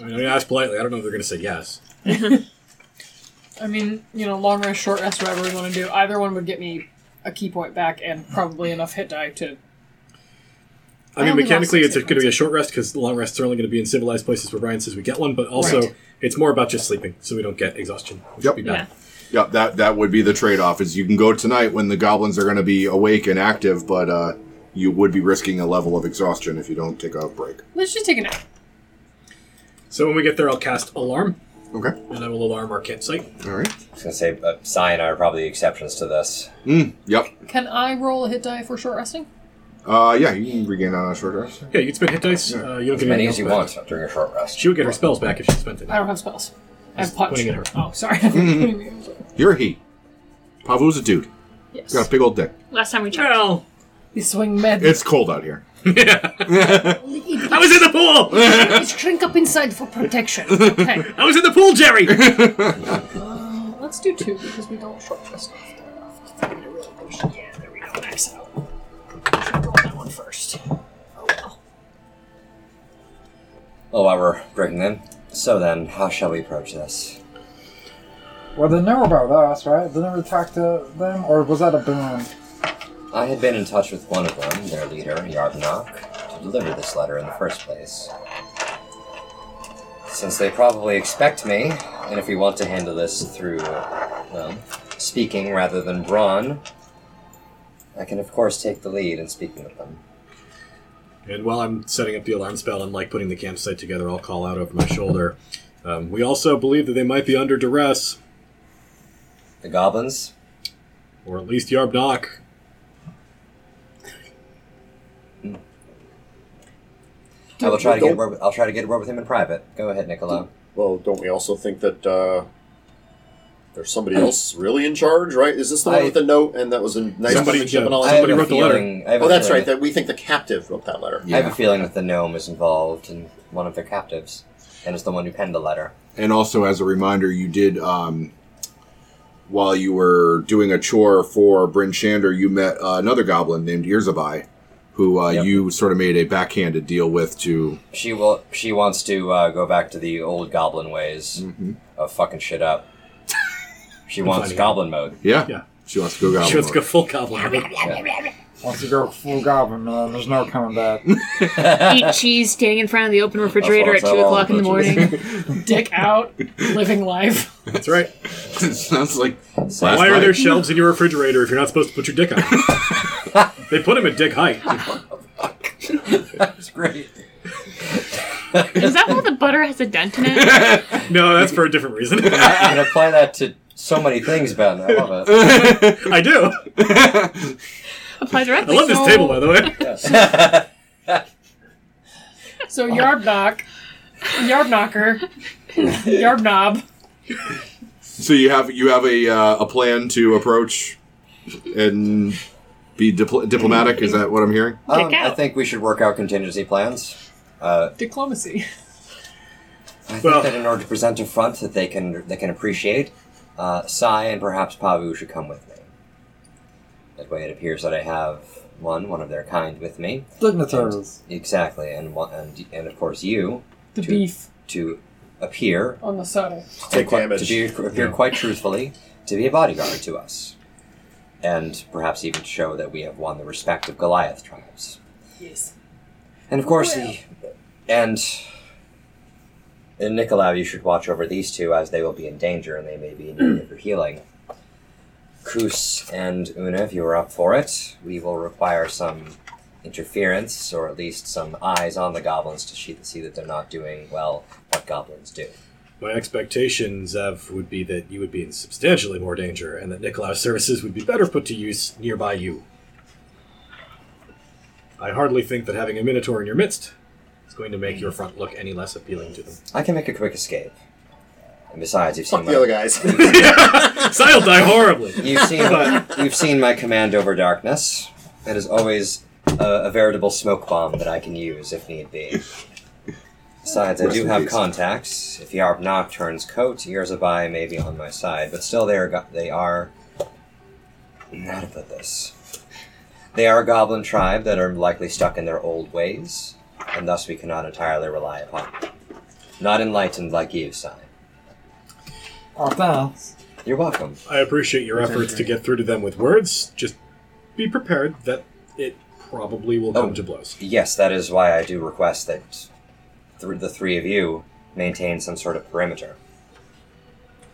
Speaker 8: I mean, I ask politely. I don't know if they're going to say yes.
Speaker 3: I mean, you know, long rest, short rest, whatever we want to do. Either one would get me a key point back and probably enough hit die to.
Speaker 8: I mean,
Speaker 3: only lost
Speaker 8: mechanically,
Speaker 3: six
Speaker 8: it's
Speaker 3: hit
Speaker 8: going to be a
Speaker 3: points.
Speaker 8: short rest because the long rests are only going to be in civilized places where Brian says we get one, but also
Speaker 3: Right.
Speaker 8: it's more about just sleeping so we don't get exhaustion. which
Speaker 1: Yep.
Speaker 8: would be bad.
Speaker 1: Yep, that that would be the trade-off. Is you can go tonight when the goblins are going to be awake and active, but uh, you would be risking a level of exhaustion if you don't take a break.
Speaker 3: Let's just take a nap.
Speaker 8: So when we get there, I'll cast alarm.
Speaker 1: Okay.
Speaker 8: And I will alarm our campsite.
Speaker 1: All right.
Speaker 6: I was gonna say uh, Psy and I are probably the exceptions to this.
Speaker 1: Mm, yep.
Speaker 3: Can I roll a hit die for short resting?
Speaker 1: Uh, yeah, you can regain on a short rest.
Speaker 8: Yeah, you can spend hit dice. Uh, you don't
Speaker 6: As
Speaker 8: get
Speaker 6: many
Speaker 8: anything
Speaker 6: as you
Speaker 8: else
Speaker 6: want
Speaker 8: back.
Speaker 6: during a short rest.
Speaker 8: She would get her spells back if she spent it.
Speaker 3: I don't have spells. I have punch.
Speaker 8: pointing at her.
Speaker 3: Oh, sorry. Putting-
Speaker 1: You're a he. Pavu's a dude.
Speaker 3: yes.
Speaker 1: Got a big old dick.
Speaker 4: Last time we checked. Well,
Speaker 3: You swing mad.
Speaker 1: It's cold out here.
Speaker 4: I was in the pool.
Speaker 10: Let's shrink up inside for protection. Okay.
Speaker 8: I was in the pool, Jerry.
Speaker 3: Let's do two because we don't short rest off there. Off the thing to really push. Yeah, there we go. Max out. I should roll that one first. Oh well.
Speaker 6: Well, Oh, while we're breaking in, so then, how shall we approach this?
Speaker 2: Well, they know about us, right? They never talked to them, or was that a boon?
Speaker 6: I had been in touch with one of them, their leader, Yarbnok, to deliver this letter in the first place. Since they probably expect me, and if we want to handle this through, well, speaking rather than brawn, I can of course take the lead in speaking with them.
Speaker 8: And while I'm setting up the alarm spell and like putting the campsite together, I'll call out over my shoulder. Um, we also believe that they might be under duress,
Speaker 6: The goblins?
Speaker 8: or at least Yarbnok.
Speaker 6: I will try to
Speaker 5: Don't-
Speaker 6: get a word with, I'll try to get a word with him in private. Go ahead, Nicola.
Speaker 5: Well, don't we also think that uh, there's somebody else really in charge, right? Is this the one
Speaker 6: I-
Speaker 5: with the note and that was a nice
Speaker 8: Somebody-
Speaker 5: penmanship and
Speaker 8: yeah,
Speaker 5: all
Speaker 6: I
Speaker 5: that?
Speaker 6: have
Speaker 8: somebody
Speaker 6: a
Speaker 8: wrote the letter.
Speaker 6: feeling- I have a
Speaker 5: Oh, that's
Speaker 6: feeling
Speaker 5: right.
Speaker 6: that-
Speaker 5: That we think the captive wrote that letter.
Speaker 6: I have
Speaker 1: Yeah.
Speaker 6: a feeling that the gnome is involved in one of their captives, and is the one who penned the letter.
Speaker 1: And also, as a reminder, you did, um, while you were doing a chore for Bryn Shander, you met uh, another goblin named Irzabai, who uh,
Speaker 6: Yep.
Speaker 1: you sort of made a backhanded deal with to.
Speaker 6: She will. She wants to uh, go back to the old goblin ways of fucking shit up. She wants
Speaker 8: funny.
Speaker 6: goblin mode.
Speaker 1: Yeah.
Speaker 8: Yeah.
Speaker 1: She wants to go goblin.
Speaker 8: She wants to go
Speaker 1: mode.
Speaker 8: full goblin.
Speaker 2: Once you go full goblin, man, there's no coming back.
Speaker 4: Eat cheese standing in front of the open refrigerator at
Speaker 6: That's what
Speaker 4: two
Speaker 6: I
Speaker 4: o'clock in the
Speaker 6: want,
Speaker 4: morning.
Speaker 3: Dick out, living life.
Speaker 8: That's right.
Speaker 1: Sounds like.
Speaker 6: So-
Speaker 1: Last
Speaker 8: Why are there
Speaker 1: night.
Speaker 8: shelves in your refrigerator if you're not supposed to put your dick on? it? they put him at dick height.
Speaker 6: That's great.
Speaker 4: Is that why the butter has a dent in it?
Speaker 8: No, that's for a different reason.
Speaker 6: I can apply that to so many things, Ben. I love it.
Speaker 8: I do.
Speaker 4: Apply
Speaker 8: I
Speaker 4: directly.
Speaker 8: love this
Speaker 3: So-
Speaker 8: table, by the way.
Speaker 3: So Yarbnock, Yarbnocker, Yarbnob.
Speaker 1: So you have you have a uh, a plan to approach and be dipl- diplomatic. Is that what I'm hearing?
Speaker 6: Um, I
Speaker 4: out.
Speaker 6: think we should work out contingency plans. Uh,
Speaker 3: Diplomacy.
Speaker 6: I think
Speaker 8: Well-
Speaker 6: that in order to present a front that they can they can appreciate, uh, Sai and perhaps Pavu should come with me. That way, it appears that I have one one of their kind with me.
Speaker 2: Dignitaries.
Speaker 6: Exactly, and one, and, and of course you
Speaker 3: The
Speaker 6: Two.
Speaker 3: beef
Speaker 6: to appear
Speaker 3: on the saddle.
Speaker 5: To take
Speaker 6: quite- To
Speaker 5: damage.
Speaker 6: be, appear quite truthfully, to be a bodyguard to us. And perhaps even to show that we have won the respect of Goliath tribes.
Speaker 3: Yes.
Speaker 6: And of course, the. And. And Nicolau, you should watch over these two as they will be in danger and they may be in need of your healing. Cruz and Una, if you are up for it, we will require some interference or at least some eyes on the goblins to see, see that they're not doing well what goblins do.
Speaker 8: My expectations, Zev, would be that you would be in substantially more danger and that Nikolaus services would be better put to use nearby you. I hardly think that having a Minotaur in your midst is going to make your front look any less appealing to them.
Speaker 6: I can make a quick escape. And besides, you've seen
Speaker 5: Fuck
Speaker 6: my,
Speaker 5: the other guys.
Speaker 8: Sai will die horribly.
Speaker 6: you've seen you've seen my command over darkness. It is always a, a veritable smoke bomb that I can use if need be. Besides, I
Speaker 1: Rest
Speaker 6: do
Speaker 1: in
Speaker 6: have
Speaker 1: peace.
Speaker 6: contacts. If Yarbnock turns coat, Yerzabai may be on my side, but still they are go- they are. How to put this? They are a goblin tribe that are likely stuck in their old ways, and thus we cannot entirely rely upon them. Not enlightened like you, Sai.
Speaker 2: Oh, thanks.
Speaker 6: You're welcome.
Speaker 8: I appreciate your efforts to get through to them with words. Just be prepared that it probably will come
Speaker 6: Oh.
Speaker 8: to blows.
Speaker 6: Yes, that is why I do request that th- the three of you maintain some sort of perimeter.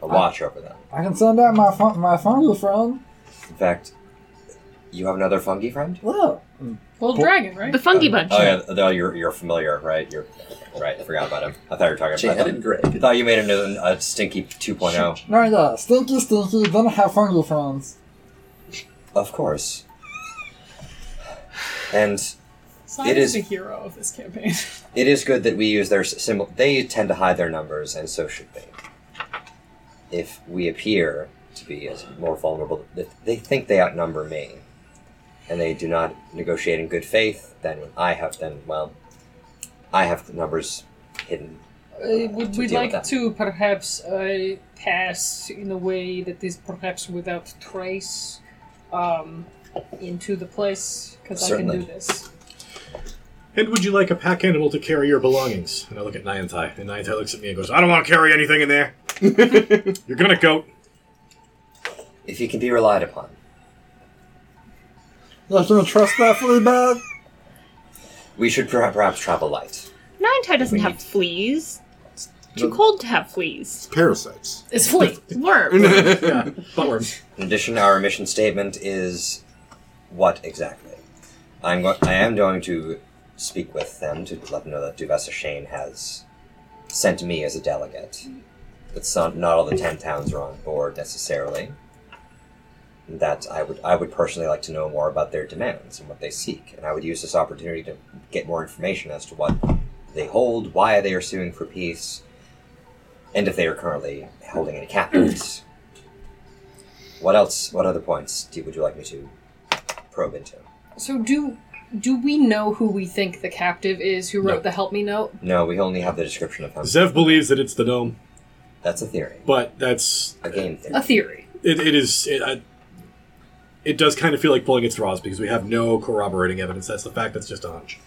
Speaker 5: Uh,
Speaker 6: A watch over them.
Speaker 2: I can send out my fun- my fungal friend.
Speaker 6: In fact, You have another fungi friend?
Speaker 2: Whoa.
Speaker 3: Well, dragon, right?
Speaker 4: The
Speaker 5: Um,
Speaker 4: funky bunch.
Speaker 6: Oh yeah, no, you're you're familiar, right? You're right. I forgot about him. I thought you were talking about
Speaker 5: Chad
Speaker 6: him.
Speaker 5: and Greg.
Speaker 6: I thought you made him into a stinky oh. 2.0.
Speaker 2: No, yeah, stinky, stinky, then I have fungi friends.
Speaker 6: Of course. And
Speaker 3: Simon
Speaker 6: It
Speaker 3: is
Speaker 6: is-
Speaker 3: the hero of this campaign.
Speaker 6: it is good that we use their s- symbol. They tend to hide their numbers, and so should they. If we appear to be as more vulnerable, th- they think they outnumber me, and they do not negotiate in good faith. Then I have then well, I have the numbers hidden.
Speaker 3: Uh, would
Speaker 6: To
Speaker 3: we
Speaker 6: deal
Speaker 3: like
Speaker 6: with that.
Speaker 3: to perhaps uh, pass in a way that is perhaps without trace um, into the place? Because I can do
Speaker 6: Certainly.
Speaker 3: this.
Speaker 8: And would you like a pack animal to carry your belongings? And I look at Niantai, and Niantai looks at me and goes, I don't want to carry anything in there. You're gonna go.
Speaker 6: If you can be relied upon,
Speaker 2: You're not gonna trust that flea bag?
Speaker 6: we should per- perhaps travel light.
Speaker 4: Nine tie doesn't have fleas. It's too cold to have fleas.
Speaker 1: Parasites.
Speaker 3: It's fleet.
Speaker 4: Worm.
Speaker 8: Yeah, buttworm.
Speaker 6: In addition, our mission statement is what exactly? I'm go- I am going to speak with them to let them know that Duvessa Shane has sent me as a delegate. That's not, not all the ten towns are on board necessarily. And That I would I would personally like to know more about their demands and what they seek, and I would use this opportunity to get more information as to what they hold, why they are suing for peace, and if they are currently holding any captives. What else? What other points do, would you like me to probe into?
Speaker 3: So do do we know who we think the captive is who wrote the help me note?
Speaker 6: No, we only have the description of him.
Speaker 8: Zev believes that it's the dome,
Speaker 6: That's a theory,
Speaker 8: but that's
Speaker 6: a game
Speaker 3: A
Speaker 6: theory.
Speaker 3: theory.
Speaker 8: it, it is it, I, it does kind of feel like pulling at straws because we have no corroborating evidence. That's the fact. That's just a hunch.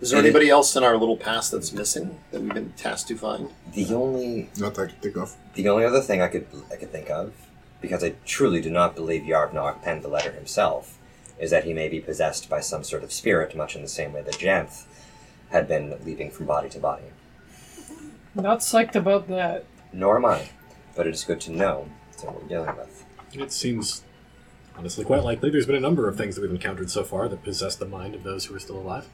Speaker 5: Is there
Speaker 6: It is-
Speaker 5: anybody else in our little past that's missing that we've been tasked to find?
Speaker 6: The only,
Speaker 1: Not that I can think of.
Speaker 6: the only other thing I could I could think of, because I truly do not believe Yarvnok penned the letter himself, is that he may be possessed by some sort of spirit, much in the same way that Janth had been leaping from body to body.
Speaker 3: Not psyched about that.
Speaker 6: Nor am I, but it is good to know that's what we're dealing with.
Speaker 8: It seems honestly quite likely. There's been a number of things that we've encountered so far that possess the mind of those who are still alive.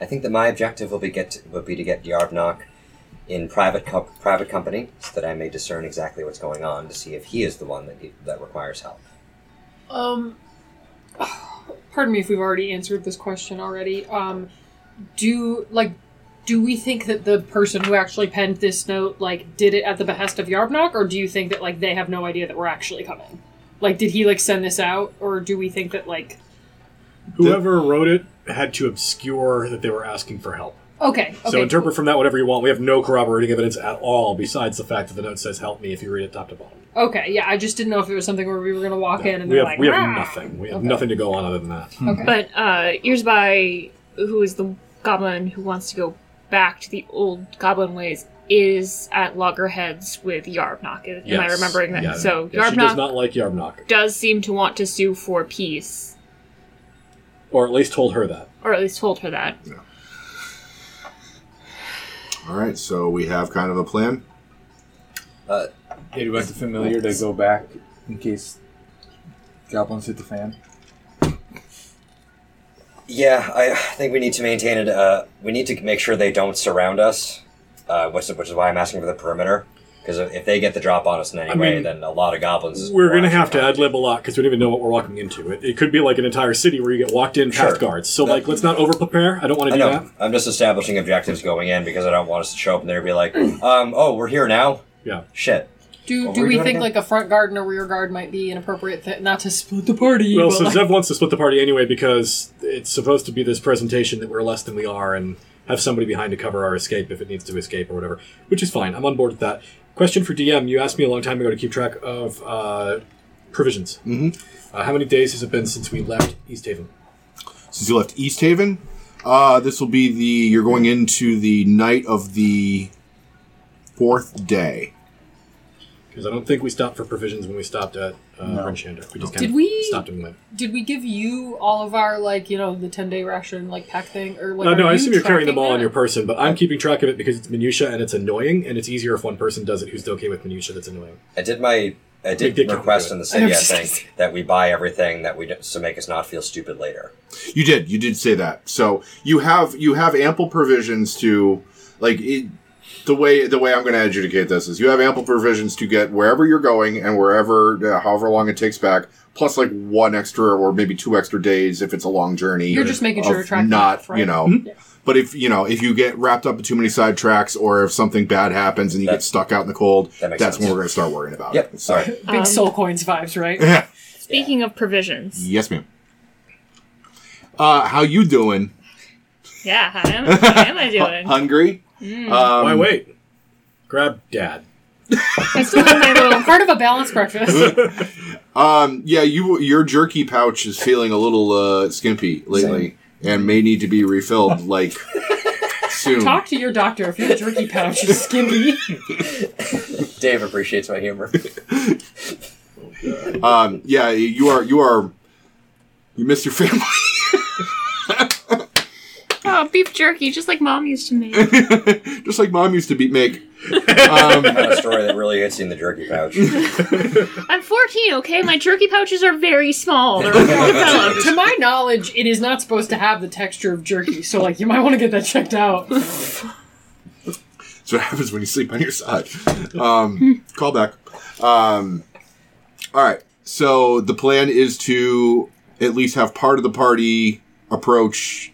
Speaker 6: I think that my objective will be get will be to get Yarvnok in private co- private company so that I may discern exactly what's going on to see if he is the one that he, that requires help.
Speaker 3: Um pardon me if we've already answered this question already. Um do like do we think that the person who actually penned this note like did it at the behest of Yarbnock, or do you think that like they have no idea that we're actually coming? Like did he like send this out or do we think that like
Speaker 8: Whoever wrote it had to obscure that they were asking for help.
Speaker 3: Okay, okay.
Speaker 8: So interpret from that whatever you want. We have no corroborating evidence at all besides the fact that the note says "Help me" if you read it top to bottom.
Speaker 3: okay, yeah, I just didn't know if it was something where we were gonna walk in and
Speaker 8: we
Speaker 3: they're
Speaker 8: have
Speaker 3: like
Speaker 8: we have
Speaker 3: "Ah."
Speaker 8: nothing. We have
Speaker 3: Okay.
Speaker 8: nothing to go on other than that.
Speaker 4: But uh, ears by who is the goblin who wants to go back to the old goblin ways is at loggerheads with Yarbnock. Am I
Speaker 8: Yes.
Speaker 4: remembering that?
Speaker 8: Yeah.
Speaker 4: So
Speaker 8: Yeah, she
Speaker 4: Yarbnock
Speaker 8: does
Speaker 4: does,
Speaker 8: not like Yarbnock,
Speaker 4: seem to want to sue for peace,
Speaker 8: or at least told her that.
Speaker 4: or at least told her that.
Speaker 1: All right, so we have kind of a plan.
Speaker 6: Uh,
Speaker 9: Yeah, do we have the familiar to go back in case goblins hit the fan?
Speaker 6: Yeah, I think we need to maintain it. Uh, we need to make sure they don't surround us, uh, which, which is why I'm asking for the perimeter. Because if they get the drop on us in any
Speaker 8: I
Speaker 6: way,
Speaker 8: mean,
Speaker 6: then a lot of goblins.
Speaker 8: We're gonna
Speaker 6: will
Speaker 8: have to
Speaker 6: actually-
Speaker 8: ad lib a lot because we don't even know what we're walking into. It, it could be like an entire city where you get walked in past
Speaker 6: Sure.
Speaker 8: guards. So like, let's not over prepare. I don't want
Speaker 6: I
Speaker 8: to do
Speaker 6: know.
Speaker 8: that.
Speaker 6: I'm just establishing objectives going in because I don't want us to show up and they're be like, um, oh, we're here now.
Speaker 8: Yeah.
Speaker 6: Shit.
Speaker 3: Do,
Speaker 6: What
Speaker 3: do
Speaker 6: were
Speaker 3: we
Speaker 6: you doing
Speaker 3: think
Speaker 6: again?
Speaker 3: like a front guard and a rear guard might be an appropriate thing? Not to split the party.
Speaker 8: Well,
Speaker 3: but,
Speaker 8: so
Speaker 3: like-
Speaker 8: Zev wants to split the party anyway because it's supposed to be this presentation that we're less than we are and have somebody behind to cover our escape if it needs to escape or whatever, which is fine. I'm on board with that. Question for DM: You asked me a long time ago to keep track of uh, provisions. Mm-hmm. Uh, how many days has it been since we left East Haven?
Speaker 1: Since you left East Haven, uh, this will be the you're going into the night of the fourth day.
Speaker 8: Because I don't think we stopped for provisions when we stopped at uh, Rinshander. We just kind
Speaker 3: Did
Speaker 8: of
Speaker 3: we-
Speaker 8: stopped and went.
Speaker 3: Did we give you all of our like you know the ten day ration like pack thing or like?
Speaker 8: Uh, no,
Speaker 3: are
Speaker 8: I
Speaker 3: you
Speaker 8: assume you're carrying them
Speaker 3: tracking
Speaker 8: all on
Speaker 3: that?
Speaker 8: your person, but I'm keeping track of it because it's minutia and it's annoying, and it's easier if one person does it who's okay with minutia that's annoying.
Speaker 6: I did my I
Speaker 8: Big
Speaker 6: did
Speaker 8: dick
Speaker 6: request
Speaker 8: can
Speaker 6: in
Speaker 8: do
Speaker 6: the
Speaker 8: it.
Speaker 6: city, I think, that we buy everything that we do, to make us not feel stupid later.
Speaker 1: You did. You did say that. So you have you have ample provisions to like it, the way the way I'm going to adjudicate this is you have ample provisions to get wherever you're going and wherever uh, however long it takes back plus like one extra or maybe two extra days if it's a long journey.
Speaker 3: You're just making sure
Speaker 1: of
Speaker 3: to track that
Speaker 1: not
Speaker 3: off, right? Mm-hmm.
Speaker 1: you know. But if you know if you get wrapped up in too many sidetracks or if something bad happens and you
Speaker 6: That-
Speaker 1: get stuck out in the cold,
Speaker 6: That makes
Speaker 1: that's
Speaker 6: sense.
Speaker 1: when we're going to start worrying about
Speaker 6: Yep.
Speaker 1: it. So-
Speaker 6: Sorry.
Speaker 3: Big
Speaker 4: Um,
Speaker 3: soul coins vibes, right?
Speaker 4: Speaking of provisions,
Speaker 1: Yes, ma'am. Uh, how you doing?
Speaker 4: yeah, how am, how am I doing?
Speaker 1: Hungry? Um,
Speaker 8: Why wait? Grab dad.
Speaker 4: I still have my little.
Speaker 3: Part of a balanced breakfast.
Speaker 1: Um, yeah, you your jerky pouch is feeling a little uh, skimpy lately, and may need to be refilled like soon.
Speaker 3: Talk to your doctor if your jerky pouch is skimpy.
Speaker 6: Dave appreciates my humor.
Speaker 1: Um, yeah, you are you are you miss your family.
Speaker 4: Oh, beef jerky, just like mom used to make.
Speaker 1: Just like mom used to be make. Um,
Speaker 6: Not a story that really hits you in the jerky pouch.
Speaker 4: I'm 14, okay? My jerky pouches are very small. They're underdeveloped.
Speaker 3: to my knowledge, it is not supposed to have the texture of jerky, so like you might want to get that checked out.
Speaker 1: that's what happens when you sleep on your side. Um, call back. Um, all right. So the plan is to at least have part of the party approach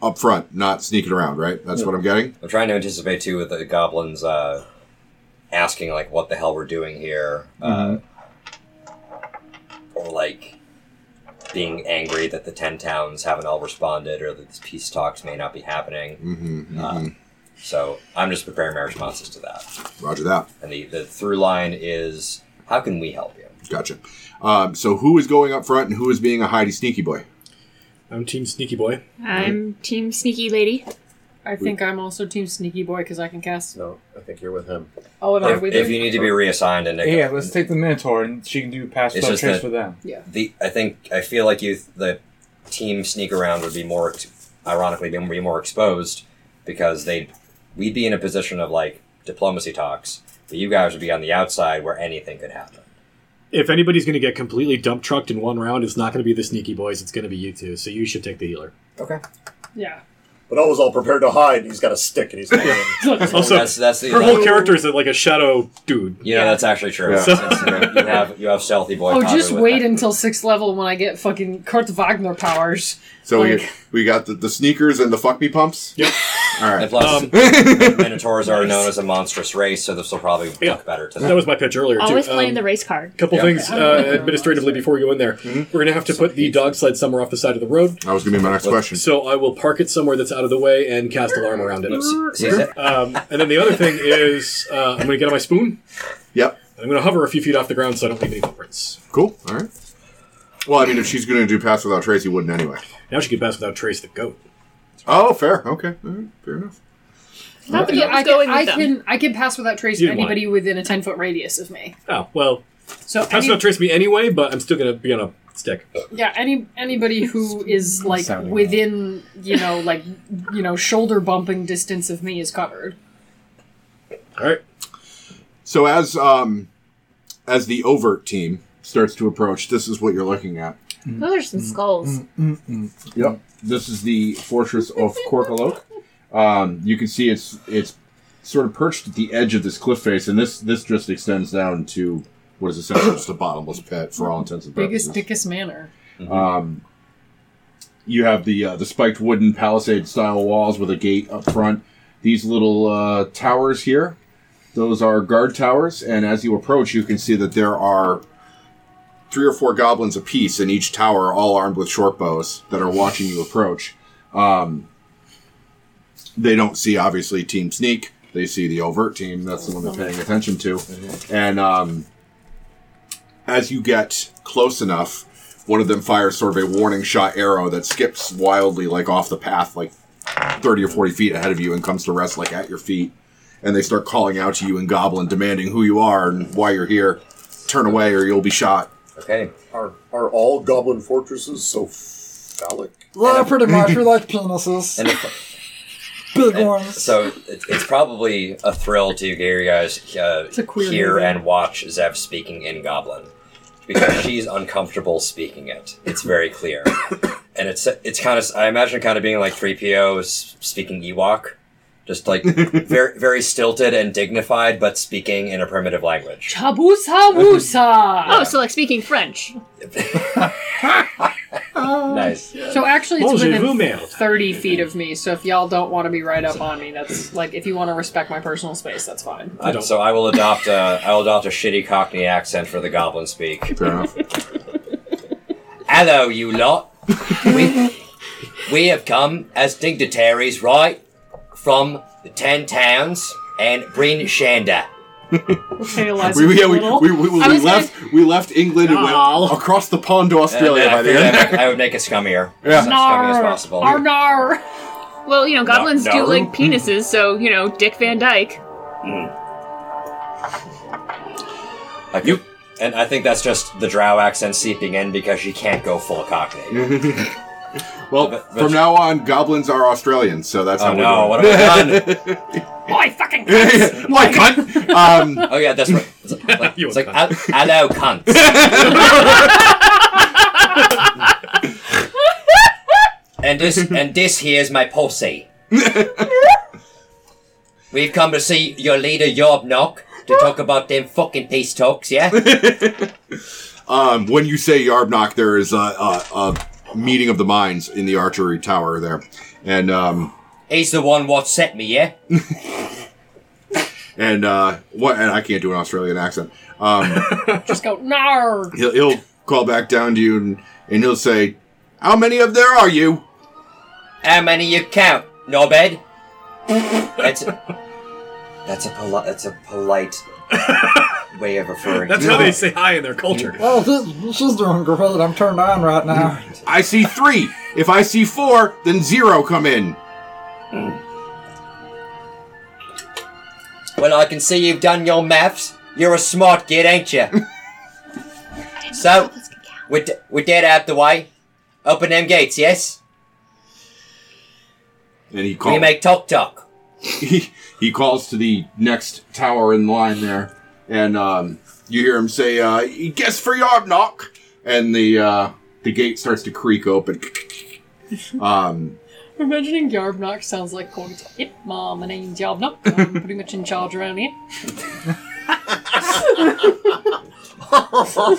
Speaker 1: up front, not sneaking around. Right? That's what I'm getting.
Speaker 6: I'm trying to anticipate too with the goblins uh, asking like what the hell we're doing here,
Speaker 1: Mm-hmm.
Speaker 6: uh, or like being angry that the ten towns haven't all responded or that these peace talks may not be happening.
Speaker 1: Mm-hmm,
Speaker 6: Uh, so I'm just preparing my responses to that.
Speaker 1: Roger that.
Speaker 6: And the, the through line is how can we help you?
Speaker 1: Gotcha. Um, so who is going up front and who is being a Heidi sneaky boy?
Speaker 8: I'm Team Sneaky Boy.
Speaker 4: I'm Team Sneaky Lady.
Speaker 3: I think I'm also Team Sneaky Boy because I can cast.
Speaker 5: No, I think you're with him.
Speaker 3: Oh, and I'm
Speaker 6: If,
Speaker 3: with
Speaker 6: if
Speaker 3: him?
Speaker 6: you need to be reassigned and
Speaker 9: Hey, yeah, let's take the Minotaur and she can do pass
Speaker 6: It's
Speaker 9: without
Speaker 6: just
Speaker 9: trace
Speaker 6: that-
Speaker 9: for them.
Speaker 6: the I think I feel like you the team sneak around would be more ex- ironically be be more exposed because they we'd be in a position of like diplomacy talks, but you guys would be on the outside where anything could happen.
Speaker 8: If anybody's going to get completely dump trucked in one round, it's not going to be the Sneaky Boys. It's going to be you two. So you should take the healer.
Speaker 6: Okay.
Speaker 3: Yeah.
Speaker 5: But I was all prepared to hide, and he's got a stick, and he's going in.
Speaker 8: Also,
Speaker 6: that's that's the
Speaker 8: her whole character is like a shadow dude.
Speaker 6: you know that's actually true.
Speaker 1: Yeah.
Speaker 6: Since you you have you have stealthy boy.
Speaker 3: Oh,
Speaker 6: Kagu
Speaker 3: just
Speaker 6: with
Speaker 3: wait
Speaker 6: that.
Speaker 3: until sixth level when I get fucking Kurt Wagner powers.
Speaker 1: So we,
Speaker 3: Like-
Speaker 1: we got the, the sneakers and the fuck me pumps. Yep. All
Speaker 6: And
Speaker 1: right.
Speaker 6: plus,
Speaker 8: Um,
Speaker 6: minotaurs are known as a monstrous race, so this will probably look
Speaker 8: Yeah.
Speaker 6: better to
Speaker 8: That was my pitch earlier.
Speaker 4: Always
Speaker 8: too.
Speaker 4: playing
Speaker 8: Um,
Speaker 4: the race card.
Speaker 8: couple
Speaker 6: Yeah.
Speaker 8: things uh, administratively before we go in there. We're going to have to put the dog sled somewhere off the side of the road.
Speaker 1: That was gonna be my next question.
Speaker 8: So I will park it somewhere that's out of the way and cast alarm around it.
Speaker 6: See, is it-
Speaker 8: Um, and then the other thing is uh, I'm going to get on my spoon.
Speaker 1: Yep.
Speaker 8: and I'm going to hover a few feet off the ground so I don't leave any footprints.
Speaker 1: Cool. All right. Well, I mean, if she's gonna do pass without trace, you wouldn't anyway.
Speaker 8: Now she can pass without trace the goat.
Speaker 1: Oh, fair. Okay. All right. Fair enough.
Speaker 4: Not that
Speaker 3: Yeah,
Speaker 4: I
Speaker 3: I,
Speaker 4: was going
Speaker 3: can, I,
Speaker 4: with them.
Speaker 3: can, I can pass without trace
Speaker 8: You
Speaker 3: anybody within a 10 foot radius of me.
Speaker 8: Oh, well,
Speaker 3: So,
Speaker 8: pass
Speaker 3: any,
Speaker 8: without trace me anyway, but I'm still going to be on a stick.
Speaker 3: yeah, any anybody who is like
Speaker 9: Sounding
Speaker 3: within, you know, like, you know, shoulder bumping distance of me is covered.
Speaker 8: All right.
Speaker 1: So as um as the overt team starts to approach, this is what you're looking at.
Speaker 4: Those are some skulls.
Speaker 1: Yep. This is the fortress of Corkaloke. Um, you can see it's it's sort of perched at the edge of this cliff face, and this this just extends down to what is essentially just a bottomless pit for all intents and purposes.
Speaker 3: Biggest, dickest manor.
Speaker 1: Um, you have the uh, the spiked wooden palisade style walls with a gate up front. These little uh, towers here, those are guard towers, and as you approach, you can see that there are three or four goblins apiece in each tower, all armed with short bows that are watching you approach. Um, they don't see obviously Team Sneak. They see the overt team. That's the one they're paying attention to. And um, as you get close enough, one of them fires sort of a warning shot arrow that skips wildly, like off the path, like 30 or 40 feet ahead of you, and comes to rest, like at your feet. And they start calling out to you in Goblin, demanding who you are and why you're here. Turn away or you'll be shot.
Speaker 6: okay.
Speaker 5: Are, are all goblin fortresses so phallic?
Speaker 2: Yeah, pretty much. We like penises.
Speaker 6: And the,
Speaker 2: Big
Speaker 6: And
Speaker 2: ones.
Speaker 6: So it, it's probably a thrill to you guys uh,
Speaker 3: It's a queer
Speaker 6: hear
Speaker 3: movie.
Speaker 6: and watch Zev speaking in Goblin because she's uncomfortable speaking it. It's very clear, and it's it's kind of I imagine kind of being like three PO speaking Ewok, just like very very stilted and dignified, but speaking in a primitive language.
Speaker 10: Chabusa
Speaker 4: Oh,
Speaker 10: wusa.
Speaker 4: so like speaking French.
Speaker 6: Nice.
Speaker 3: So actually, it's
Speaker 8: Bonjour,
Speaker 3: within
Speaker 8: ma'am.
Speaker 3: thirty feet of me. So if y'all don't want to be right up on me, that's like if you want to respect my personal space, that's fine.
Speaker 8: I don't-
Speaker 6: so I will adopt a I will adopt a shitty Cockney accent for the Goblin speak.
Speaker 1: Fair enough.
Speaker 6: Hello, you lot. We, we have come as dignitaries, right, from the ten towns and Bryn Shanda.
Speaker 3: Okay, Eliza,
Speaker 1: We, we, yeah, we,
Speaker 3: little.
Speaker 1: we, we, we
Speaker 4: I was gonna-
Speaker 1: left we left England and went
Speaker 7: Aw.
Speaker 1: across the pond to
Speaker 6: And
Speaker 1: Australia
Speaker 6: then
Speaker 1: by
Speaker 6: I,
Speaker 1: the
Speaker 6: figured I,
Speaker 1: end.
Speaker 6: would- I would make it scummier.
Speaker 1: Yeah.
Speaker 6: As scummy as possible.
Speaker 3: Arnar.
Speaker 4: Well, you know, goblins do
Speaker 6: no.
Speaker 4: like penises, so you know, Dick Van Dyke.
Speaker 6: Like, you, and I think that's just the drow accent seeping in because she can't go full
Speaker 1: Mm-hmm.
Speaker 6: Cockney. Oh,
Speaker 1: Well,
Speaker 6: But- but-
Speaker 1: from now on, goblins are Australians, so that's
Speaker 6: Oh
Speaker 1: how we're
Speaker 6: no,
Speaker 1: doing.
Speaker 6: what have I done?
Speaker 3: Boy, Oh, fucking.
Speaker 1: it. like cunt. Um,
Speaker 6: Oh yeah, that's right. It's like,
Speaker 8: You
Speaker 6: it's
Speaker 8: a
Speaker 6: like "Hel- hello, cunts. and this and this here's my posse. We've come to see your leader, Yob Knock, to talk about them fucking peace talks, yeah?
Speaker 1: um, when you say Yarbnock, there is a, a, a meeting of the minds in the archery tower there, and um,
Speaker 6: He's the one what set me, yeah?
Speaker 1: and uh, what? And I can't do an Australian accent. Um,
Speaker 3: Just go nar.
Speaker 1: he'll, he'll call back down to you, and, and he'll say, "How many of there are you?"
Speaker 6: How many you count, Norbed? That's a, that's a polite that's a polite way of referring
Speaker 7: That's
Speaker 6: to
Speaker 7: how they say hi in their culture.
Speaker 2: Oh, this, she's doing great. I'm turned on right now.
Speaker 1: I see three. If I see four, then zero come in.
Speaker 6: Well, I can see you've done your maths. You're a smart kid, ain't you? so, with, with that out the way, open them gates, yes?
Speaker 1: And he calls.
Speaker 6: We make talk talk.
Speaker 1: he, he calls to the next tower in line there, and um, you hear him say, uh, "Guess for Yarbnock," and the uh, the gate starts to creak open. um,
Speaker 3: I'm imagining Yarbnock sounds like calling to Yep, mom, my name's Yarbnock. I'm pretty much in charge around here.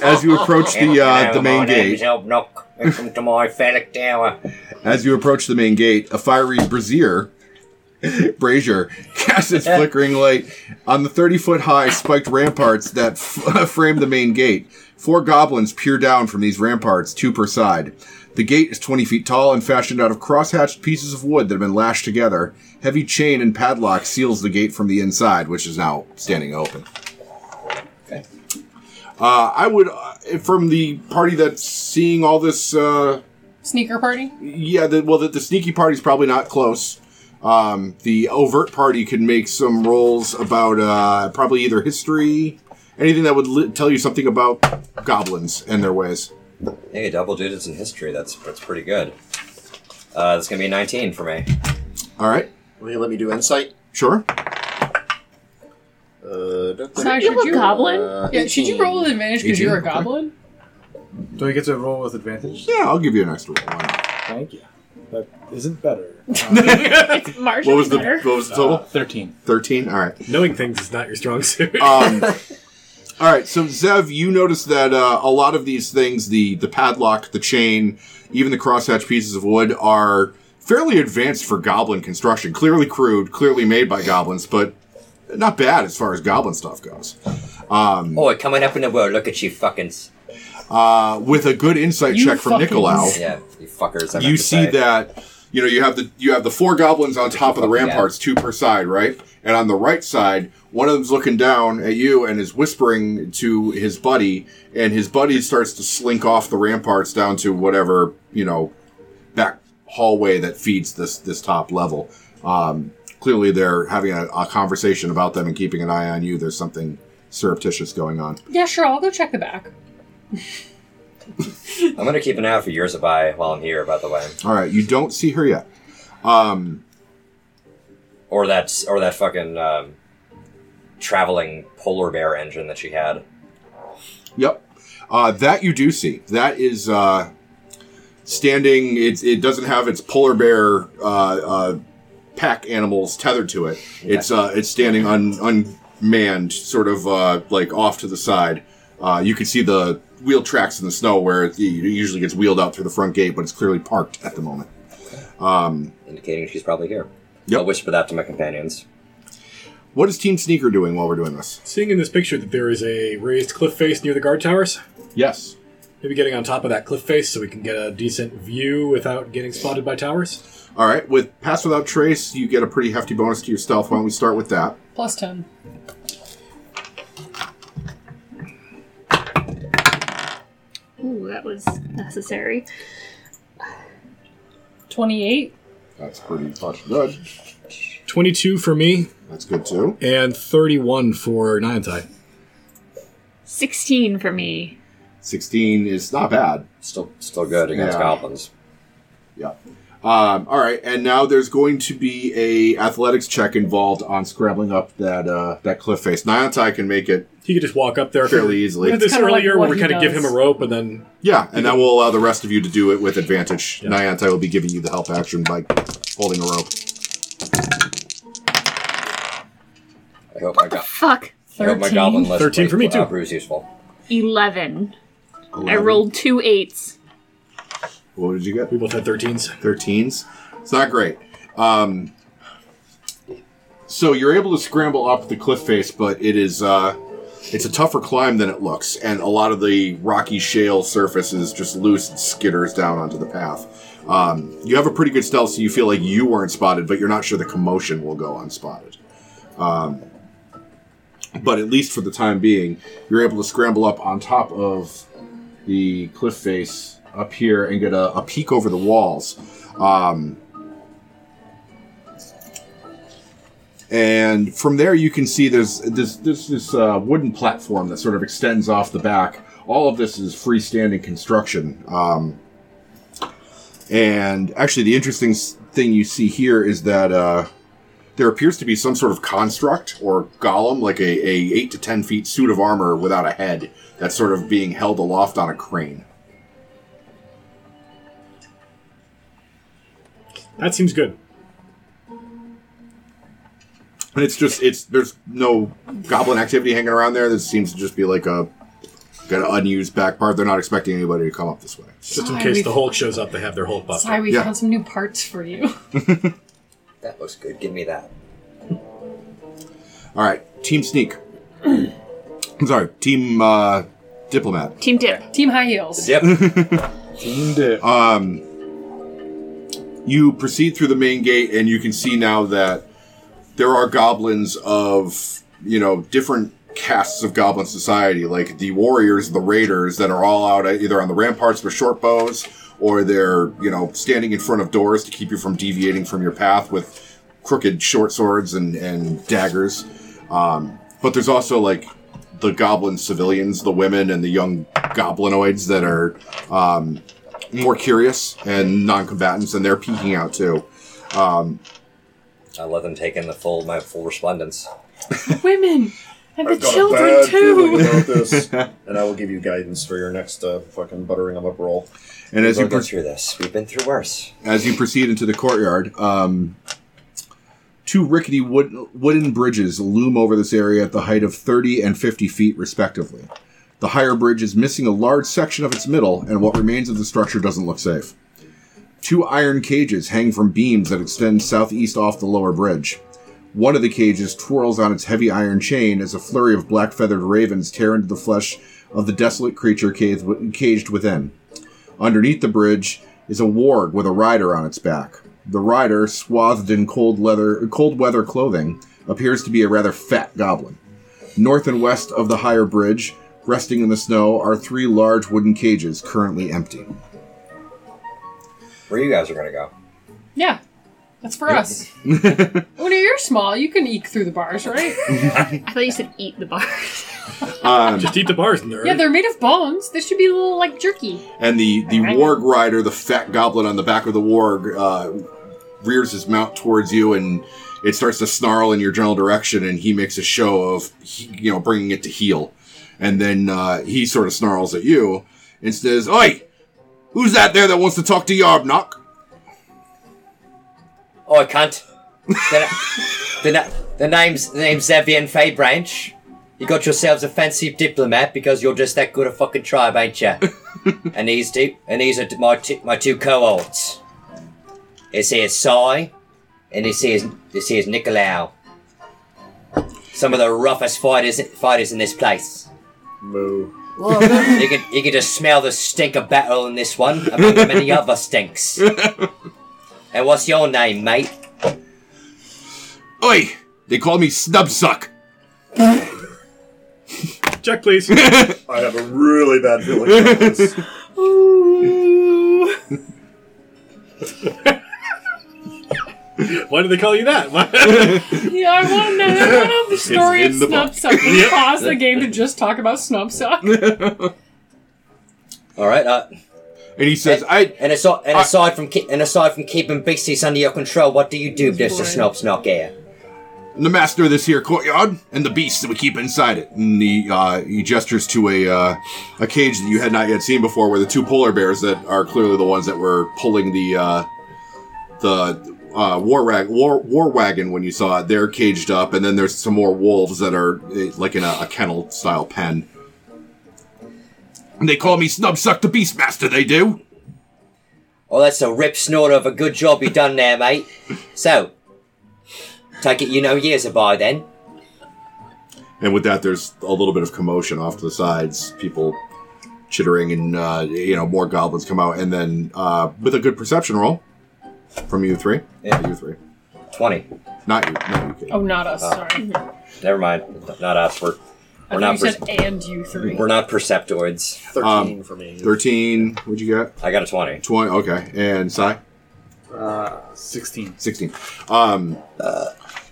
Speaker 1: as you approach the uh, the main gate,
Speaker 6: Knock. Welcome to my phallic tower.
Speaker 1: as you approach the main gate, a fiery brazier. Brazier casts its flickering light on the 30 foot high spiked ramparts that f- frame the main gate. Four goblins peer down from these ramparts, two per side. The gate is 20 feet tall and fashioned out of crosshatched pieces of wood that have been lashed together. Heavy chain and padlock seals the gate from the inside, which is now standing open. Uh, I would, uh, from the party that's seeing all this uh,
Speaker 3: Sneaker party.
Speaker 1: yeah, the, well, the, the sneaky party's probably not close. Um, the overt party can make some rolls about uh, probably either history, anything that would li- tell you something about goblins and their ways.
Speaker 6: Hey, double digits in history. That's that's pretty good. Uh, that's gonna be 19 for me.
Speaker 1: All right,
Speaker 5: Will you let me do insight?
Speaker 1: sure.
Speaker 5: Uh,
Speaker 3: Sorry,
Speaker 4: you
Speaker 3: should
Speaker 4: a goblin?
Speaker 5: Uh,
Speaker 3: Yeah, should you roll with
Speaker 5: 18.
Speaker 3: advantage because you're a
Speaker 1: 18, okay.
Speaker 3: goblin?
Speaker 9: Do I get to roll with advantage?
Speaker 1: Yeah, I'll give you an extra one. Why not?
Speaker 9: Thank you. That isn't better.
Speaker 4: It's marginally
Speaker 1: What was the
Speaker 4: better.
Speaker 1: what was the total?
Speaker 9: Thirteen.
Speaker 1: Thirteen. All right.
Speaker 8: Knowing things is not your strong suit.
Speaker 1: Um, all right, so Zev, you notice that uh, a lot of these things the the padlock, the chain, even the crosshatch pieces of wood are fairly advanced for goblin construction. Clearly crude, clearly made by goblins, but not bad as far as goblin stuff goes.
Speaker 6: Oh, coming up in the world. Look at you fuckings.
Speaker 1: Uh, with a good insight
Speaker 3: You
Speaker 1: check from
Speaker 3: fucking
Speaker 1: Nicolau,
Speaker 6: Yeah, you fuckers. I meant
Speaker 1: you
Speaker 6: to
Speaker 1: see
Speaker 6: say.
Speaker 1: that you know you have the you have the four goblins on top of the
Speaker 6: fucking
Speaker 1: ramparts, two per side, right? And on the right side, one of them's looking down at you and is whispering to his buddy, and his buddy starts to slink off the ramparts down to whatever you know back hallway that feeds this this top level. Um, clearly, they're having a, a conversation about them and keeping an eye on you. There's something surreptitious going on.
Speaker 3: Yeah, sure. I'll go check the back.
Speaker 6: I'm gonna keep an eye out for Yurzabai while I'm here, by the way.
Speaker 1: All right, you don't see her yet. Um,
Speaker 6: or that or that fucking um, traveling polar bear engine that she had.
Speaker 1: Yep. Uh, that you do see. That is uh, standing. It, it doesn't have its polar bear uh, uh, pack animals tethered to it. It's uh, it's standing un, unmanned, sort of uh, like off to the side. Uh, you can see the wheel tracks in the snow where it usually gets wheeled out through the front gate, but it's clearly parked at the moment. Um,
Speaker 6: indicating she's probably here.
Speaker 1: Yep.
Speaker 6: I'll whisper that to my companions.
Speaker 1: What is Team Sneaker doing while we're doing this?
Speaker 8: Seeing in this picture that there is a raised cliff face near the guard towers,
Speaker 1: Yes.
Speaker 8: maybe getting on top of that cliff face so we can get a decent view without getting spotted by towers.
Speaker 1: All right. With Pass Without Trace, you get a pretty hefty bonus to your stealth. Why don't we start with that?
Speaker 3: Plus 10.
Speaker 4: Ooh, that was necessary.
Speaker 5: Oh,
Speaker 3: 28.
Speaker 1: That's pretty much good.
Speaker 8: 22 for me,
Speaker 1: That's good too.
Speaker 8: and 31 for Niantai.
Speaker 4: 16 for me.
Speaker 1: 16 is not bad.
Speaker 6: Still, still good against
Speaker 1: Yeah.
Speaker 6: goblins.
Speaker 1: Yeah. Um, all right, and now there's going to be a athletics check involved on scrambling up that uh, that cliff face. Niantai can make it
Speaker 8: He could just walk up there.
Speaker 1: fairly easily.
Speaker 8: We did this
Speaker 3: kinda like
Speaker 8: earlier
Speaker 3: what
Speaker 8: where we
Speaker 3: he
Speaker 8: kind of give
Speaker 3: does.
Speaker 8: him a rope and then
Speaker 1: Yeah, and that will allow the rest of you to do it with advantage. Niantai will be giving you the help action by holding a rope.
Speaker 6: I hope my, go-
Speaker 4: Fuck.
Speaker 6: I hope my goblin list
Speaker 8: 13 for me,
Speaker 6: uh,
Speaker 8: too.
Speaker 6: proves useful.
Speaker 4: 11. I
Speaker 1: 11.
Speaker 4: rolled two eights.
Speaker 1: What did you get?
Speaker 8: we both had 13s.
Speaker 1: 13s. It's not great. Um, so you're able to scramble up the cliff face, but it is uh, it's a tougher climb than it looks, and a lot of the rocky shale surface is just loose and skitters down onto the path. Um, you have a pretty good stealth, so you feel like you weren't spotted, but you're not sure the commotion will go unspotted. Um, but at least for the time being, you're able to scramble up on top of the cliff face up here and get a, a peek over the walls. Um, and from there, you can see there's this this this uh, wooden platform that sort of extends off the back. All of this is freestanding construction. Um, and actually, the interesting s- thing you see here is that uh, there appears to be some sort of construct or golem, like a, a eight to ten feet suit of armor without a head, that's sort of being held aloft on a crane.
Speaker 8: That seems good.
Speaker 1: And it's just it's there's no goblin activity hanging around there. This seems to just be like a got an unused back part. They're not expecting anybody to come up this way.
Speaker 8: Just in
Speaker 3: Sigh,
Speaker 8: case
Speaker 3: we've-
Speaker 8: the Hulk shows up, they have their Hulk buff.
Speaker 3: Sorry, we
Speaker 1: Yeah.
Speaker 3: found some new parts for you.
Speaker 6: That looks good. Give me that.
Speaker 1: All right, team sneak. I'm sorry, team uh, diplomat.
Speaker 4: Team Dip.
Speaker 3: Team High Heels.
Speaker 6: Dip.
Speaker 9: Team dip.
Speaker 1: Um, you proceed through the main gate, and you can see now that there are goblins of you know different castes of goblin society, like the warriors, the raiders, that are all out either on the ramparts with short bows, or they're you know standing in front of doors to keep you from deviating from your path with crooked short swords and and daggers. Um, but there's also like the goblin civilians, the women, and the young goblinoids that are um, more curious and non-combatants, and they're peeking out too. Um,
Speaker 6: I let them take in the full my full resplendence.
Speaker 3: Women! And the
Speaker 5: I've got a
Speaker 3: children
Speaker 5: bad feeling
Speaker 3: too!
Speaker 5: about this, and I will give you guidance for your next uh, fucking buttering them up roll.
Speaker 1: and as you
Speaker 6: We've been
Speaker 1: pro-
Speaker 6: through this. We've been through worse.
Speaker 1: as you proceed into the courtyard, um, two rickety wood- wooden bridges loom over this area at the height of thirty and fifty feet, respectively. The higher bridge is missing a large section of its middle, and what remains of the structure doesn't look safe. Two iron cages hang from beams that extend southeast off the lower bridge. One of the cages twirls on its heavy iron chain as a flurry of black feathered ravens tear into the flesh of the desolate creature cage- caged within. Underneath the bridge is a warg with a rider on its back. The rider, swathed in cold leather, cold weather clothing, appears to be a rather fat goblin. North and west of the higher bridge, resting in the snow, are three large wooden cages currently empty.
Speaker 6: Where you guys are gonna go?
Speaker 3: Yeah. That's for us. when you're small, you can eke through the bars, right?
Speaker 4: I thought you said eat the bars.
Speaker 1: Um,
Speaker 8: Just eat the bars, nerd.
Speaker 3: yeah, they're made of bones. They should be a little like jerky.
Speaker 1: and the the
Speaker 3: Alright.
Speaker 1: warg rider, the fat goblin on the back of the warg, uh, rears his mount towards you and it starts to snarl in your general direction, and he makes a show of he- you know bringing it to heel, and then uh, he sort of snarls at you and says, "Oi, who's that there that wants to talk to Yarbnock?"
Speaker 6: Oh, I can't. The, the, na- the name's the name's Zavian Fay Branch. You got yourselves a fancy diplomat because you're just that good a fucking tribe, ain't ya? and these two, and these are t- my t- my two cohorts. This here's Sai, and this here's this here's Nicolau. Some of the roughest fighters fighters in this place.
Speaker 5: Moo.
Speaker 6: you could you could just smell the stink of battle in this one, among the many other stinks. and what's your name, mate?
Speaker 1: Oi, they call me Snubsuck.
Speaker 8: Check, please.
Speaker 5: I have a really bad feeling about this.
Speaker 8: Why do they call you that?
Speaker 1: Um,
Speaker 8: Why-
Speaker 3: Yeah, I want to know. I want to know the story of
Speaker 1: in the book.
Speaker 3: Snubsuck. Can you pause the game to just talk about Snubsuck?
Speaker 6: All right. Uh,
Speaker 1: And he says, "I."
Speaker 6: and aside, and aside from ke- and aside from keeping beasties under your control, what do you do, Mister Snob Snock Air?
Speaker 1: I'm the master of this here courtyard and the beasts that we keep inside it. And he, uh, he gestures to a, uh, a cage that you had not yet seen before, where the two polar bears that are clearly the ones that were pulling the uh, the uh, war, rag- war war wagon when you saw it, they're caged up, and then there's some more wolves that are eh, like in a, a kennel style pen. And they call me Snubsuck the Beastmaster. They do.
Speaker 6: Oh, that's a rip snort of a good job you done there, mate. So, take it you know years are by then.
Speaker 1: And with that, there's a little bit of commotion off to the sides. People chittering, and uh, you know more goblins come out. And then uh, with a good perception roll from you three,
Speaker 6: Yeah.
Speaker 1: you three,
Speaker 6: Twenty.
Speaker 1: not you, not you. Kate.
Speaker 3: Oh, not us. Sorry.
Speaker 6: Never mind. Not us. We're
Speaker 3: I
Speaker 6: we're
Speaker 3: thought you
Speaker 6: not
Speaker 3: said
Speaker 6: perce-
Speaker 3: and you three.
Speaker 6: we're not perceptoids.
Speaker 5: 13
Speaker 1: Um,
Speaker 5: for me.
Speaker 1: Thirteen. What'd you get?
Speaker 6: I got a twenty.
Speaker 1: Twenty. Okay. And Sai.
Speaker 9: Uh, 16.
Speaker 1: 16. Um,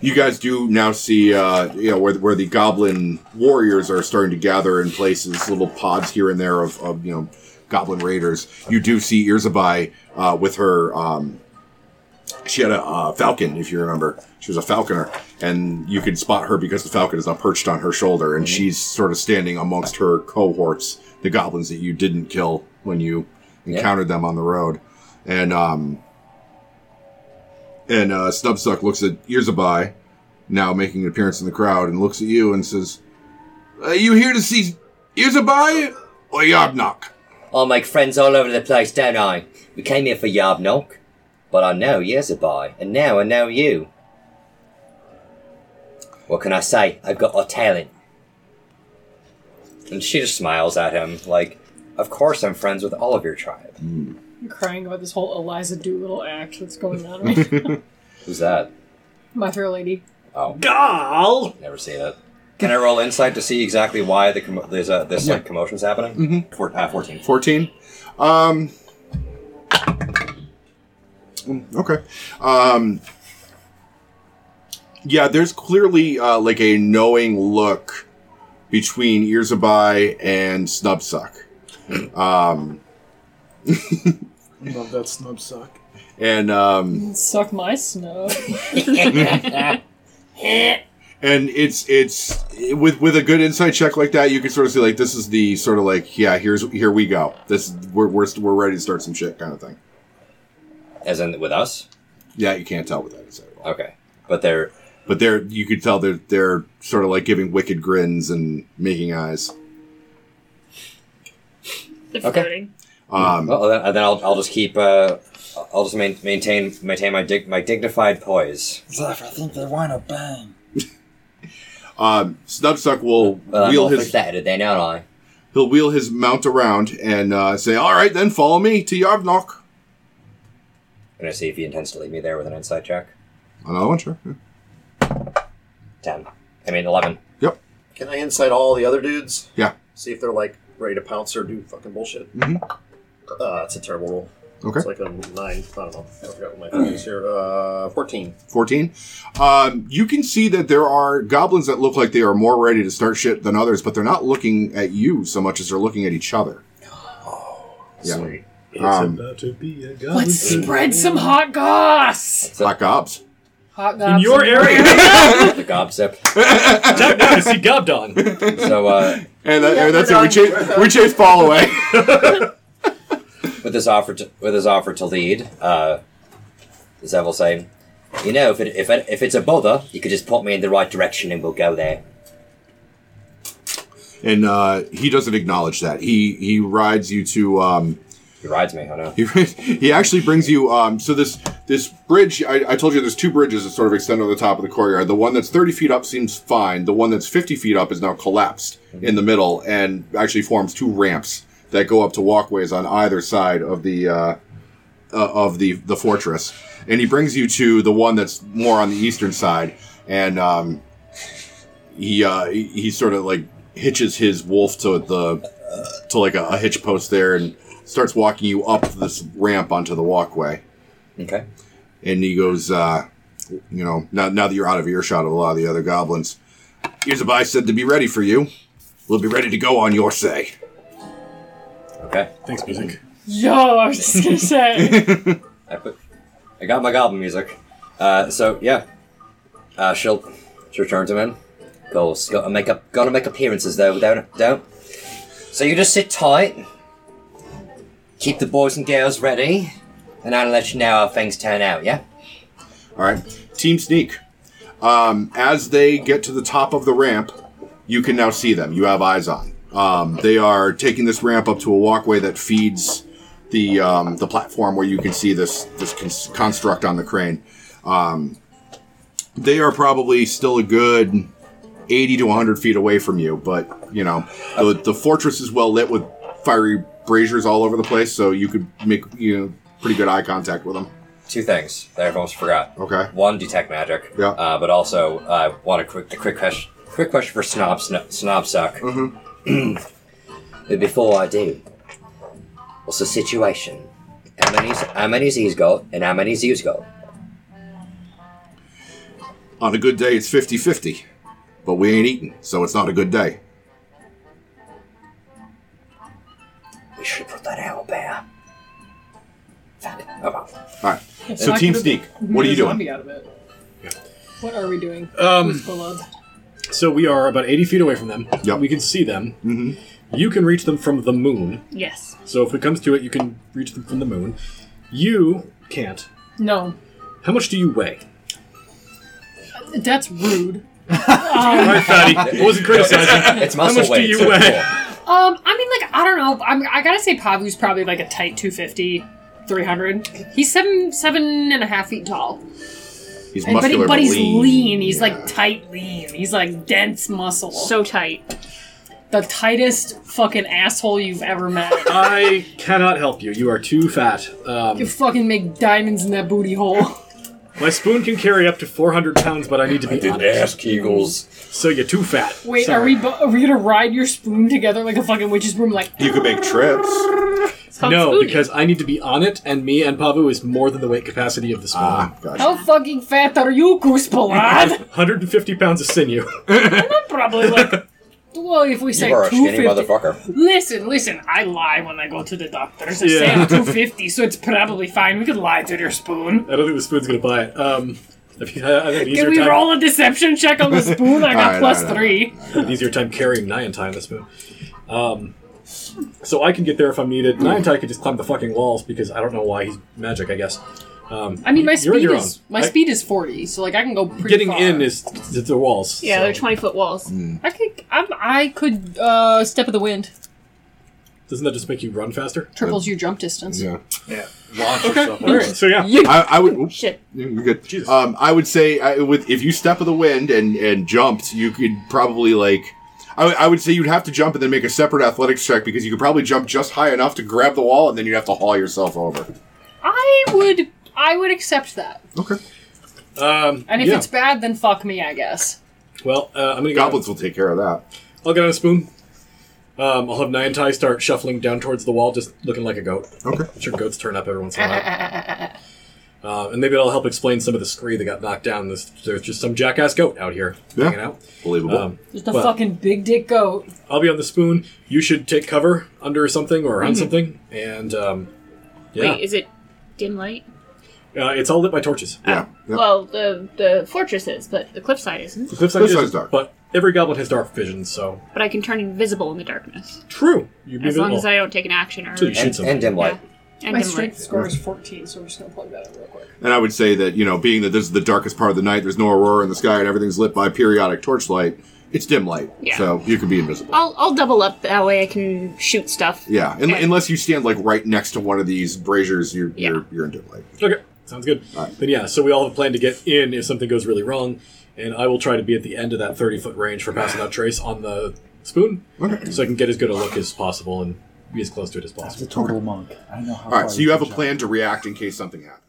Speaker 1: you guys do now see, uh, you know, where, where the goblin warriors are starting to gather in places, little pods here and there of, of you know, goblin raiders. You do see Irzabai, uh, with her, um, she had a uh, falcon, if you remember. She was a falconer, and you can spot her because the falcon is now perched on her shoulder, and she's sort of standing amongst her cohorts, the goblins that you didn't kill when you
Speaker 6: Yeah.
Speaker 1: encountered them on the road. And, um, and uh, Snubsuck looks at Earsaby, now making an appearance in the crowd, and looks at you and says, Are you here to see Earsaby or Yarbnock?
Speaker 6: I make friends all over the place, don't I? We came here for Yarbnok, but I know Yezabai, and now I know you. What can I say? I've got a talent. And she just smiles at him, like, Of course I'm friends with all of your tribe.
Speaker 3: I'm crying about this whole Eliza Doolittle act that's going on right now.
Speaker 6: Who's that?
Speaker 3: My Fair Lady.
Speaker 6: Oh,
Speaker 7: Gall!
Speaker 6: never seen it. Can I roll insight to see exactly why the commo- there's a, this like commotion's happening? Mm-hmm. Four, uh, 14.
Speaker 1: 14. Um, mm, okay. Um, yeah, there's clearly uh, like a knowing look between Earsaby and Snubsuck. Um,
Speaker 9: Love that snub suck.
Speaker 1: and um,
Speaker 3: Suck my snow.
Speaker 1: and it's it's with with a good insight check like that you can sort of see like this is the sort of like yeah here's here we go this we're we're, we're ready to start some shit kind of thing
Speaker 6: As in with us?
Speaker 1: yeah you can't tell with that insight roll.
Speaker 6: Okay. But they're.
Speaker 1: but they're you could tell they're they're sort of like giving wicked grins and making eyes
Speaker 4: They're
Speaker 6: Okay.
Speaker 4: flirting.
Speaker 1: um
Speaker 6: Well, then, then I'll, I'll just keep. Uh, I'll just main, maintain maintain my dig, my dignified poise.
Speaker 2: Zeph, I think they want a bang.
Speaker 1: um snubsuck will
Speaker 6: Well, I'm
Speaker 1: wheel
Speaker 6: awfully
Speaker 1: his
Speaker 6: flattered then, aren't I?
Speaker 1: he'll wheel his mount around and uh, say all right then follow me to Yavnok.
Speaker 6: I'm gonna see if he intends to leave me there with an inside check.
Speaker 1: another one sure yeah.
Speaker 6: Ten. I mean, eleven.
Speaker 1: yep
Speaker 5: Can I insight all the other dudes?
Speaker 1: yeah
Speaker 5: See if they're like ready to pounce or do fucking bullshit.
Speaker 1: Mhm.
Speaker 5: Uh, it's a terrible roll.
Speaker 1: Okay.
Speaker 5: It's like a nine. I don't know. I forgot what my thing is here. Uh, fourteen.
Speaker 1: 14. Um, you can see that there are goblins that look like they are more ready to start shit than others, but they're not looking at you so much as they're looking at each other. Yeah.
Speaker 5: Sweet.
Speaker 7: It's
Speaker 1: Um,
Speaker 7: about to be a goblin.
Speaker 10: Let's spread some hot goss.
Speaker 6: So,
Speaker 1: Black ops.
Speaker 3: Hot
Speaker 8: In
Speaker 3: gobs
Speaker 8: your area?
Speaker 6: the gobzip.
Speaker 8: no, no, I see Gobdon.
Speaker 6: So uh,
Speaker 1: And, that, and that's it. We chase, we chase Paul away.
Speaker 6: with this offer to, with his offer to lead, uh, the Zevil saying, "You know, if it, if it, if it's a bother, you could just point me in the right direction, and we'll go there."
Speaker 1: and uh, he doesn't acknowledge that. He he rides you to. Um,
Speaker 6: He rides me. I know.
Speaker 1: he, he actually brings you. Um, so this this bridge, I, I told you, there's two bridges that sort of extend on the top of the courtyard. The one that's 30 feet up seems fine. The one that's 50 feet up is now collapsed in the middle and actually forms two ramps that go up to walkways on either side of the. Uh, uh, of the the fortress, and he brings you to the one that's more on the eastern side, and um, he uh, he, he sort of like hitches his wolf to the to like a, a hitch post there, and starts walking you up this ramp onto the walkway,
Speaker 6: Okay.
Speaker 1: and he goes, uh, you know, now now that you're out of earshot of a lot of the other goblins, here's what I said to be ready for you. We'll be ready to go on your say.
Speaker 6: Okay.
Speaker 8: Thanks, music.
Speaker 3: Yo, I was just gonna say.
Speaker 6: I put. I got my goblin music. Uh, so yeah, uh, she'll she'll turn to him. Go, gotta make up, gotta make appearances though. Don't, don't. So you just sit tight. Keep the boys and girls ready, and I'll let you know how things turn out. Yeah.
Speaker 1: All right, team sneak. Um, as they get to the top of the ramp, you can now see them. You have eyes on. Um, they are taking this ramp up to a walkway that feeds the um, the platform where you can see this this cons- construct on the crane. Um, they are probably still a good eighty to one hundred feet away from you, but you know the, the fortress is well lit with fiery braziers all over the place, so you could make you know pretty good eye contact with them.
Speaker 6: Two things that I almost forgot.
Speaker 1: Okay.
Speaker 6: One, detect magic.
Speaker 1: Yeah.
Speaker 6: Uh, but also, I want a quick, a quick question. Quick question for snob, snob, snob suck. Mm-hmm. but before I do, what's the situation? How many, how many Z's got, and how many Z's got?
Speaker 1: On a good day, it's 50 50. But we ain't eating, so it's not a good day.
Speaker 6: We should put that out there. Fuck. Oh, well.
Speaker 1: All right. So, Team Sneak, what are you doing?
Speaker 3: Out of it. What are we doing?
Speaker 8: Um,
Speaker 3: with Golub?
Speaker 8: so we are about 80 feet away from them.
Speaker 1: Yep. Mm-hmm.
Speaker 8: We can see them. You can reach them from the moon.
Speaker 4: Yes.
Speaker 8: So if it comes to it, you can reach them from the moon. You can't.
Speaker 3: No,
Speaker 8: How much do you weigh?
Speaker 3: that's rude.
Speaker 8: All right, fatty. I wasn't criticizing.
Speaker 6: It's muscle
Speaker 8: much do
Speaker 6: weight.
Speaker 8: you
Speaker 6: so
Speaker 8: weigh?
Speaker 6: cool.
Speaker 3: Um, I mean, like, I don't know. I'm, I gotta say, Pavu's probably like a tight 250, 300. He's seven, seven and a half feet tall.
Speaker 1: He's
Speaker 3: And- but, he,
Speaker 1: muscular,
Speaker 3: but he's
Speaker 1: lean.
Speaker 3: lean. He's like tight lean. He's like dense muscle.
Speaker 4: So tight.
Speaker 3: the tightest fucking asshole you've ever met.
Speaker 8: I cannot help you. You are too fat. Um,
Speaker 3: you fucking make diamonds in that booty hole.
Speaker 8: my spoon can carry up to 400 pounds, but I need to be on it.
Speaker 6: Kegels.
Speaker 8: So you're too fat.
Speaker 3: Wait,
Speaker 8: Sorry.
Speaker 3: are we bo- are we gonna ride your spoon together like a fucking witch's broom? Like,
Speaker 1: You could make trips.
Speaker 4: It's called
Speaker 8: No,
Speaker 4: spooning.
Speaker 8: because I need to be on it, and me and Pavu is more than the weight capacity of the spoon.
Speaker 1: Ah, gosh.
Speaker 3: how fucking fat are you, Goose Ballad?
Speaker 8: 150 pounds of sinew.
Speaker 3: Probably like. Well, if we say
Speaker 6: You are a skinny
Speaker 3: 250.
Speaker 6: motherfucker.
Speaker 3: Listen, listen, I lie when I go to the doctors. I say
Speaker 8: Yeah.
Speaker 3: I'm 250, so it's probably fine. We could lie to your spoon.
Speaker 8: I don't think the spoon's gonna buy it. Um, I mean, I I have an
Speaker 3: Can
Speaker 8: easier
Speaker 3: we
Speaker 8: time,
Speaker 3: roll a deception check on the spoon? I got
Speaker 1: Alright,
Speaker 3: plus
Speaker 1: alright,
Speaker 3: three.
Speaker 8: an easier time carrying Niantai on the spoon. Um, so I can get there if I'm needed. Niantai could just climb the fucking walls because I don't know why he's magic. I guess. Um,
Speaker 3: I mean, my
Speaker 8: you're on
Speaker 3: speed
Speaker 8: your
Speaker 3: is
Speaker 8: own.
Speaker 3: my
Speaker 8: I-
Speaker 3: speed is 40, so like I can go pretty
Speaker 8: Getting
Speaker 3: far.
Speaker 8: in is is the walls.
Speaker 4: yeah,
Speaker 8: so.
Speaker 4: they're 20 foot walls.
Speaker 3: I could I'm, I could uh, step of the wind
Speaker 8: Doesn't that just make you run faster?
Speaker 3: triples your jump distance.
Speaker 1: Yeah.
Speaker 9: Launch yourself.
Speaker 8: All right. So yeah,
Speaker 1: I, I would. oops,
Speaker 4: Shit.
Speaker 1: You're good.
Speaker 8: Jesus.
Speaker 1: Um, I would say I, with if you step of the wind and and jumped, you could probably like. I, would- I would say you'd have to jump and then make a separate athletics check because you could probably jump just high enough to grab the wall and then you'd have to haul yourself over.
Speaker 3: I would I would accept that.
Speaker 1: Okay.
Speaker 8: um,
Speaker 3: And if
Speaker 8: yeah.
Speaker 3: it's bad, then fuck me, I guess.
Speaker 8: well, uh, I'm gonna go.
Speaker 1: Goblins will take care of that.
Speaker 8: I'll get on a spoon. Um, I'll have Niantai start shuffling down towards the wall, just looking like a goat.
Speaker 1: Okay.
Speaker 8: I'm sure goats turn up every once in a while. Uh, and maybe that'll help explain some of the scree that got knocked down. There's, there's just some jackass goat out here
Speaker 1: Yeah.
Speaker 8: hanging out.
Speaker 1: Believable.
Speaker 8: Um,
Speaker 3: Just a
Speaker 8: Well-
Speaker 3: fucking big dick goat.
Speaker 8: I'll be on the spoon. You should take cover
Speaker 4: Mm-hmm.
Speaker 8: under something or on something. And um, yeah,
Speaker 4: Wait, is it dim light? Oh.
Speaker 8: Uh, it's all lit by torches.
Speaker 4: uh,
Speaker 1: Yeah. Yep.
Speaker 4: Well, the the fortress is, but the cliffside isn't.
Speaker 8: The cliffside
Speaker 1: Cliffside's
Speaker 8: is
Speaker 1: dark.
Speaker 8: but every goblin has dark vision, so
Speaker 4: But I can turn invisible in the darkness
Speaker 8: true. You'd be
Speaker 4: as long
Speaker 8: visible.
Speaker 4: as I don't take an action or
Speaker 8: So you should-
Speaker 6: And, and dim light.
Speaker 4: and
Speaker 3: My
Speaker 4: dim
Speaker 3: strength
Speaker 4: light.
Speaker 3: score is 14, so we're just going to plug that in real quick.
Speaker 1: And I would say that, you know, being that this is the darkest part of the night, there's no aurora in the sky, and everything's lit by periodic torchlight, it's dim light.
Speaker 4: Yeah.
Speaker 1: So you can be invisible.
Speaker 4: I'll I'll double up that way. I can shoot stuff.
Speaker 1: yeah. Un-
Speaker 4: Okay.
Speaker 1: Unless you stand, like, right next to one of these braziers, you're,
Speaker 4: Yeah.
Speaker 1: you're, you're in dim light.
Speaker 8: Okay, sounds good. Then yeah, so we all have a plan to get in if something goes really wrong, and I will try to be at the end of that thirty foot range for passing out trace on the spoon,
Speaker 1: Okay.
Speaker 8: so I can get as good a look as possible and be as close to it as possible.
Speaker 9: It's a total monk. I know how.
Speaker 1: All right.
Speaker 9: far
Speaker 1: So you have a
Speaker 9: can jump.
Speaker 1: plan to react in case something happens.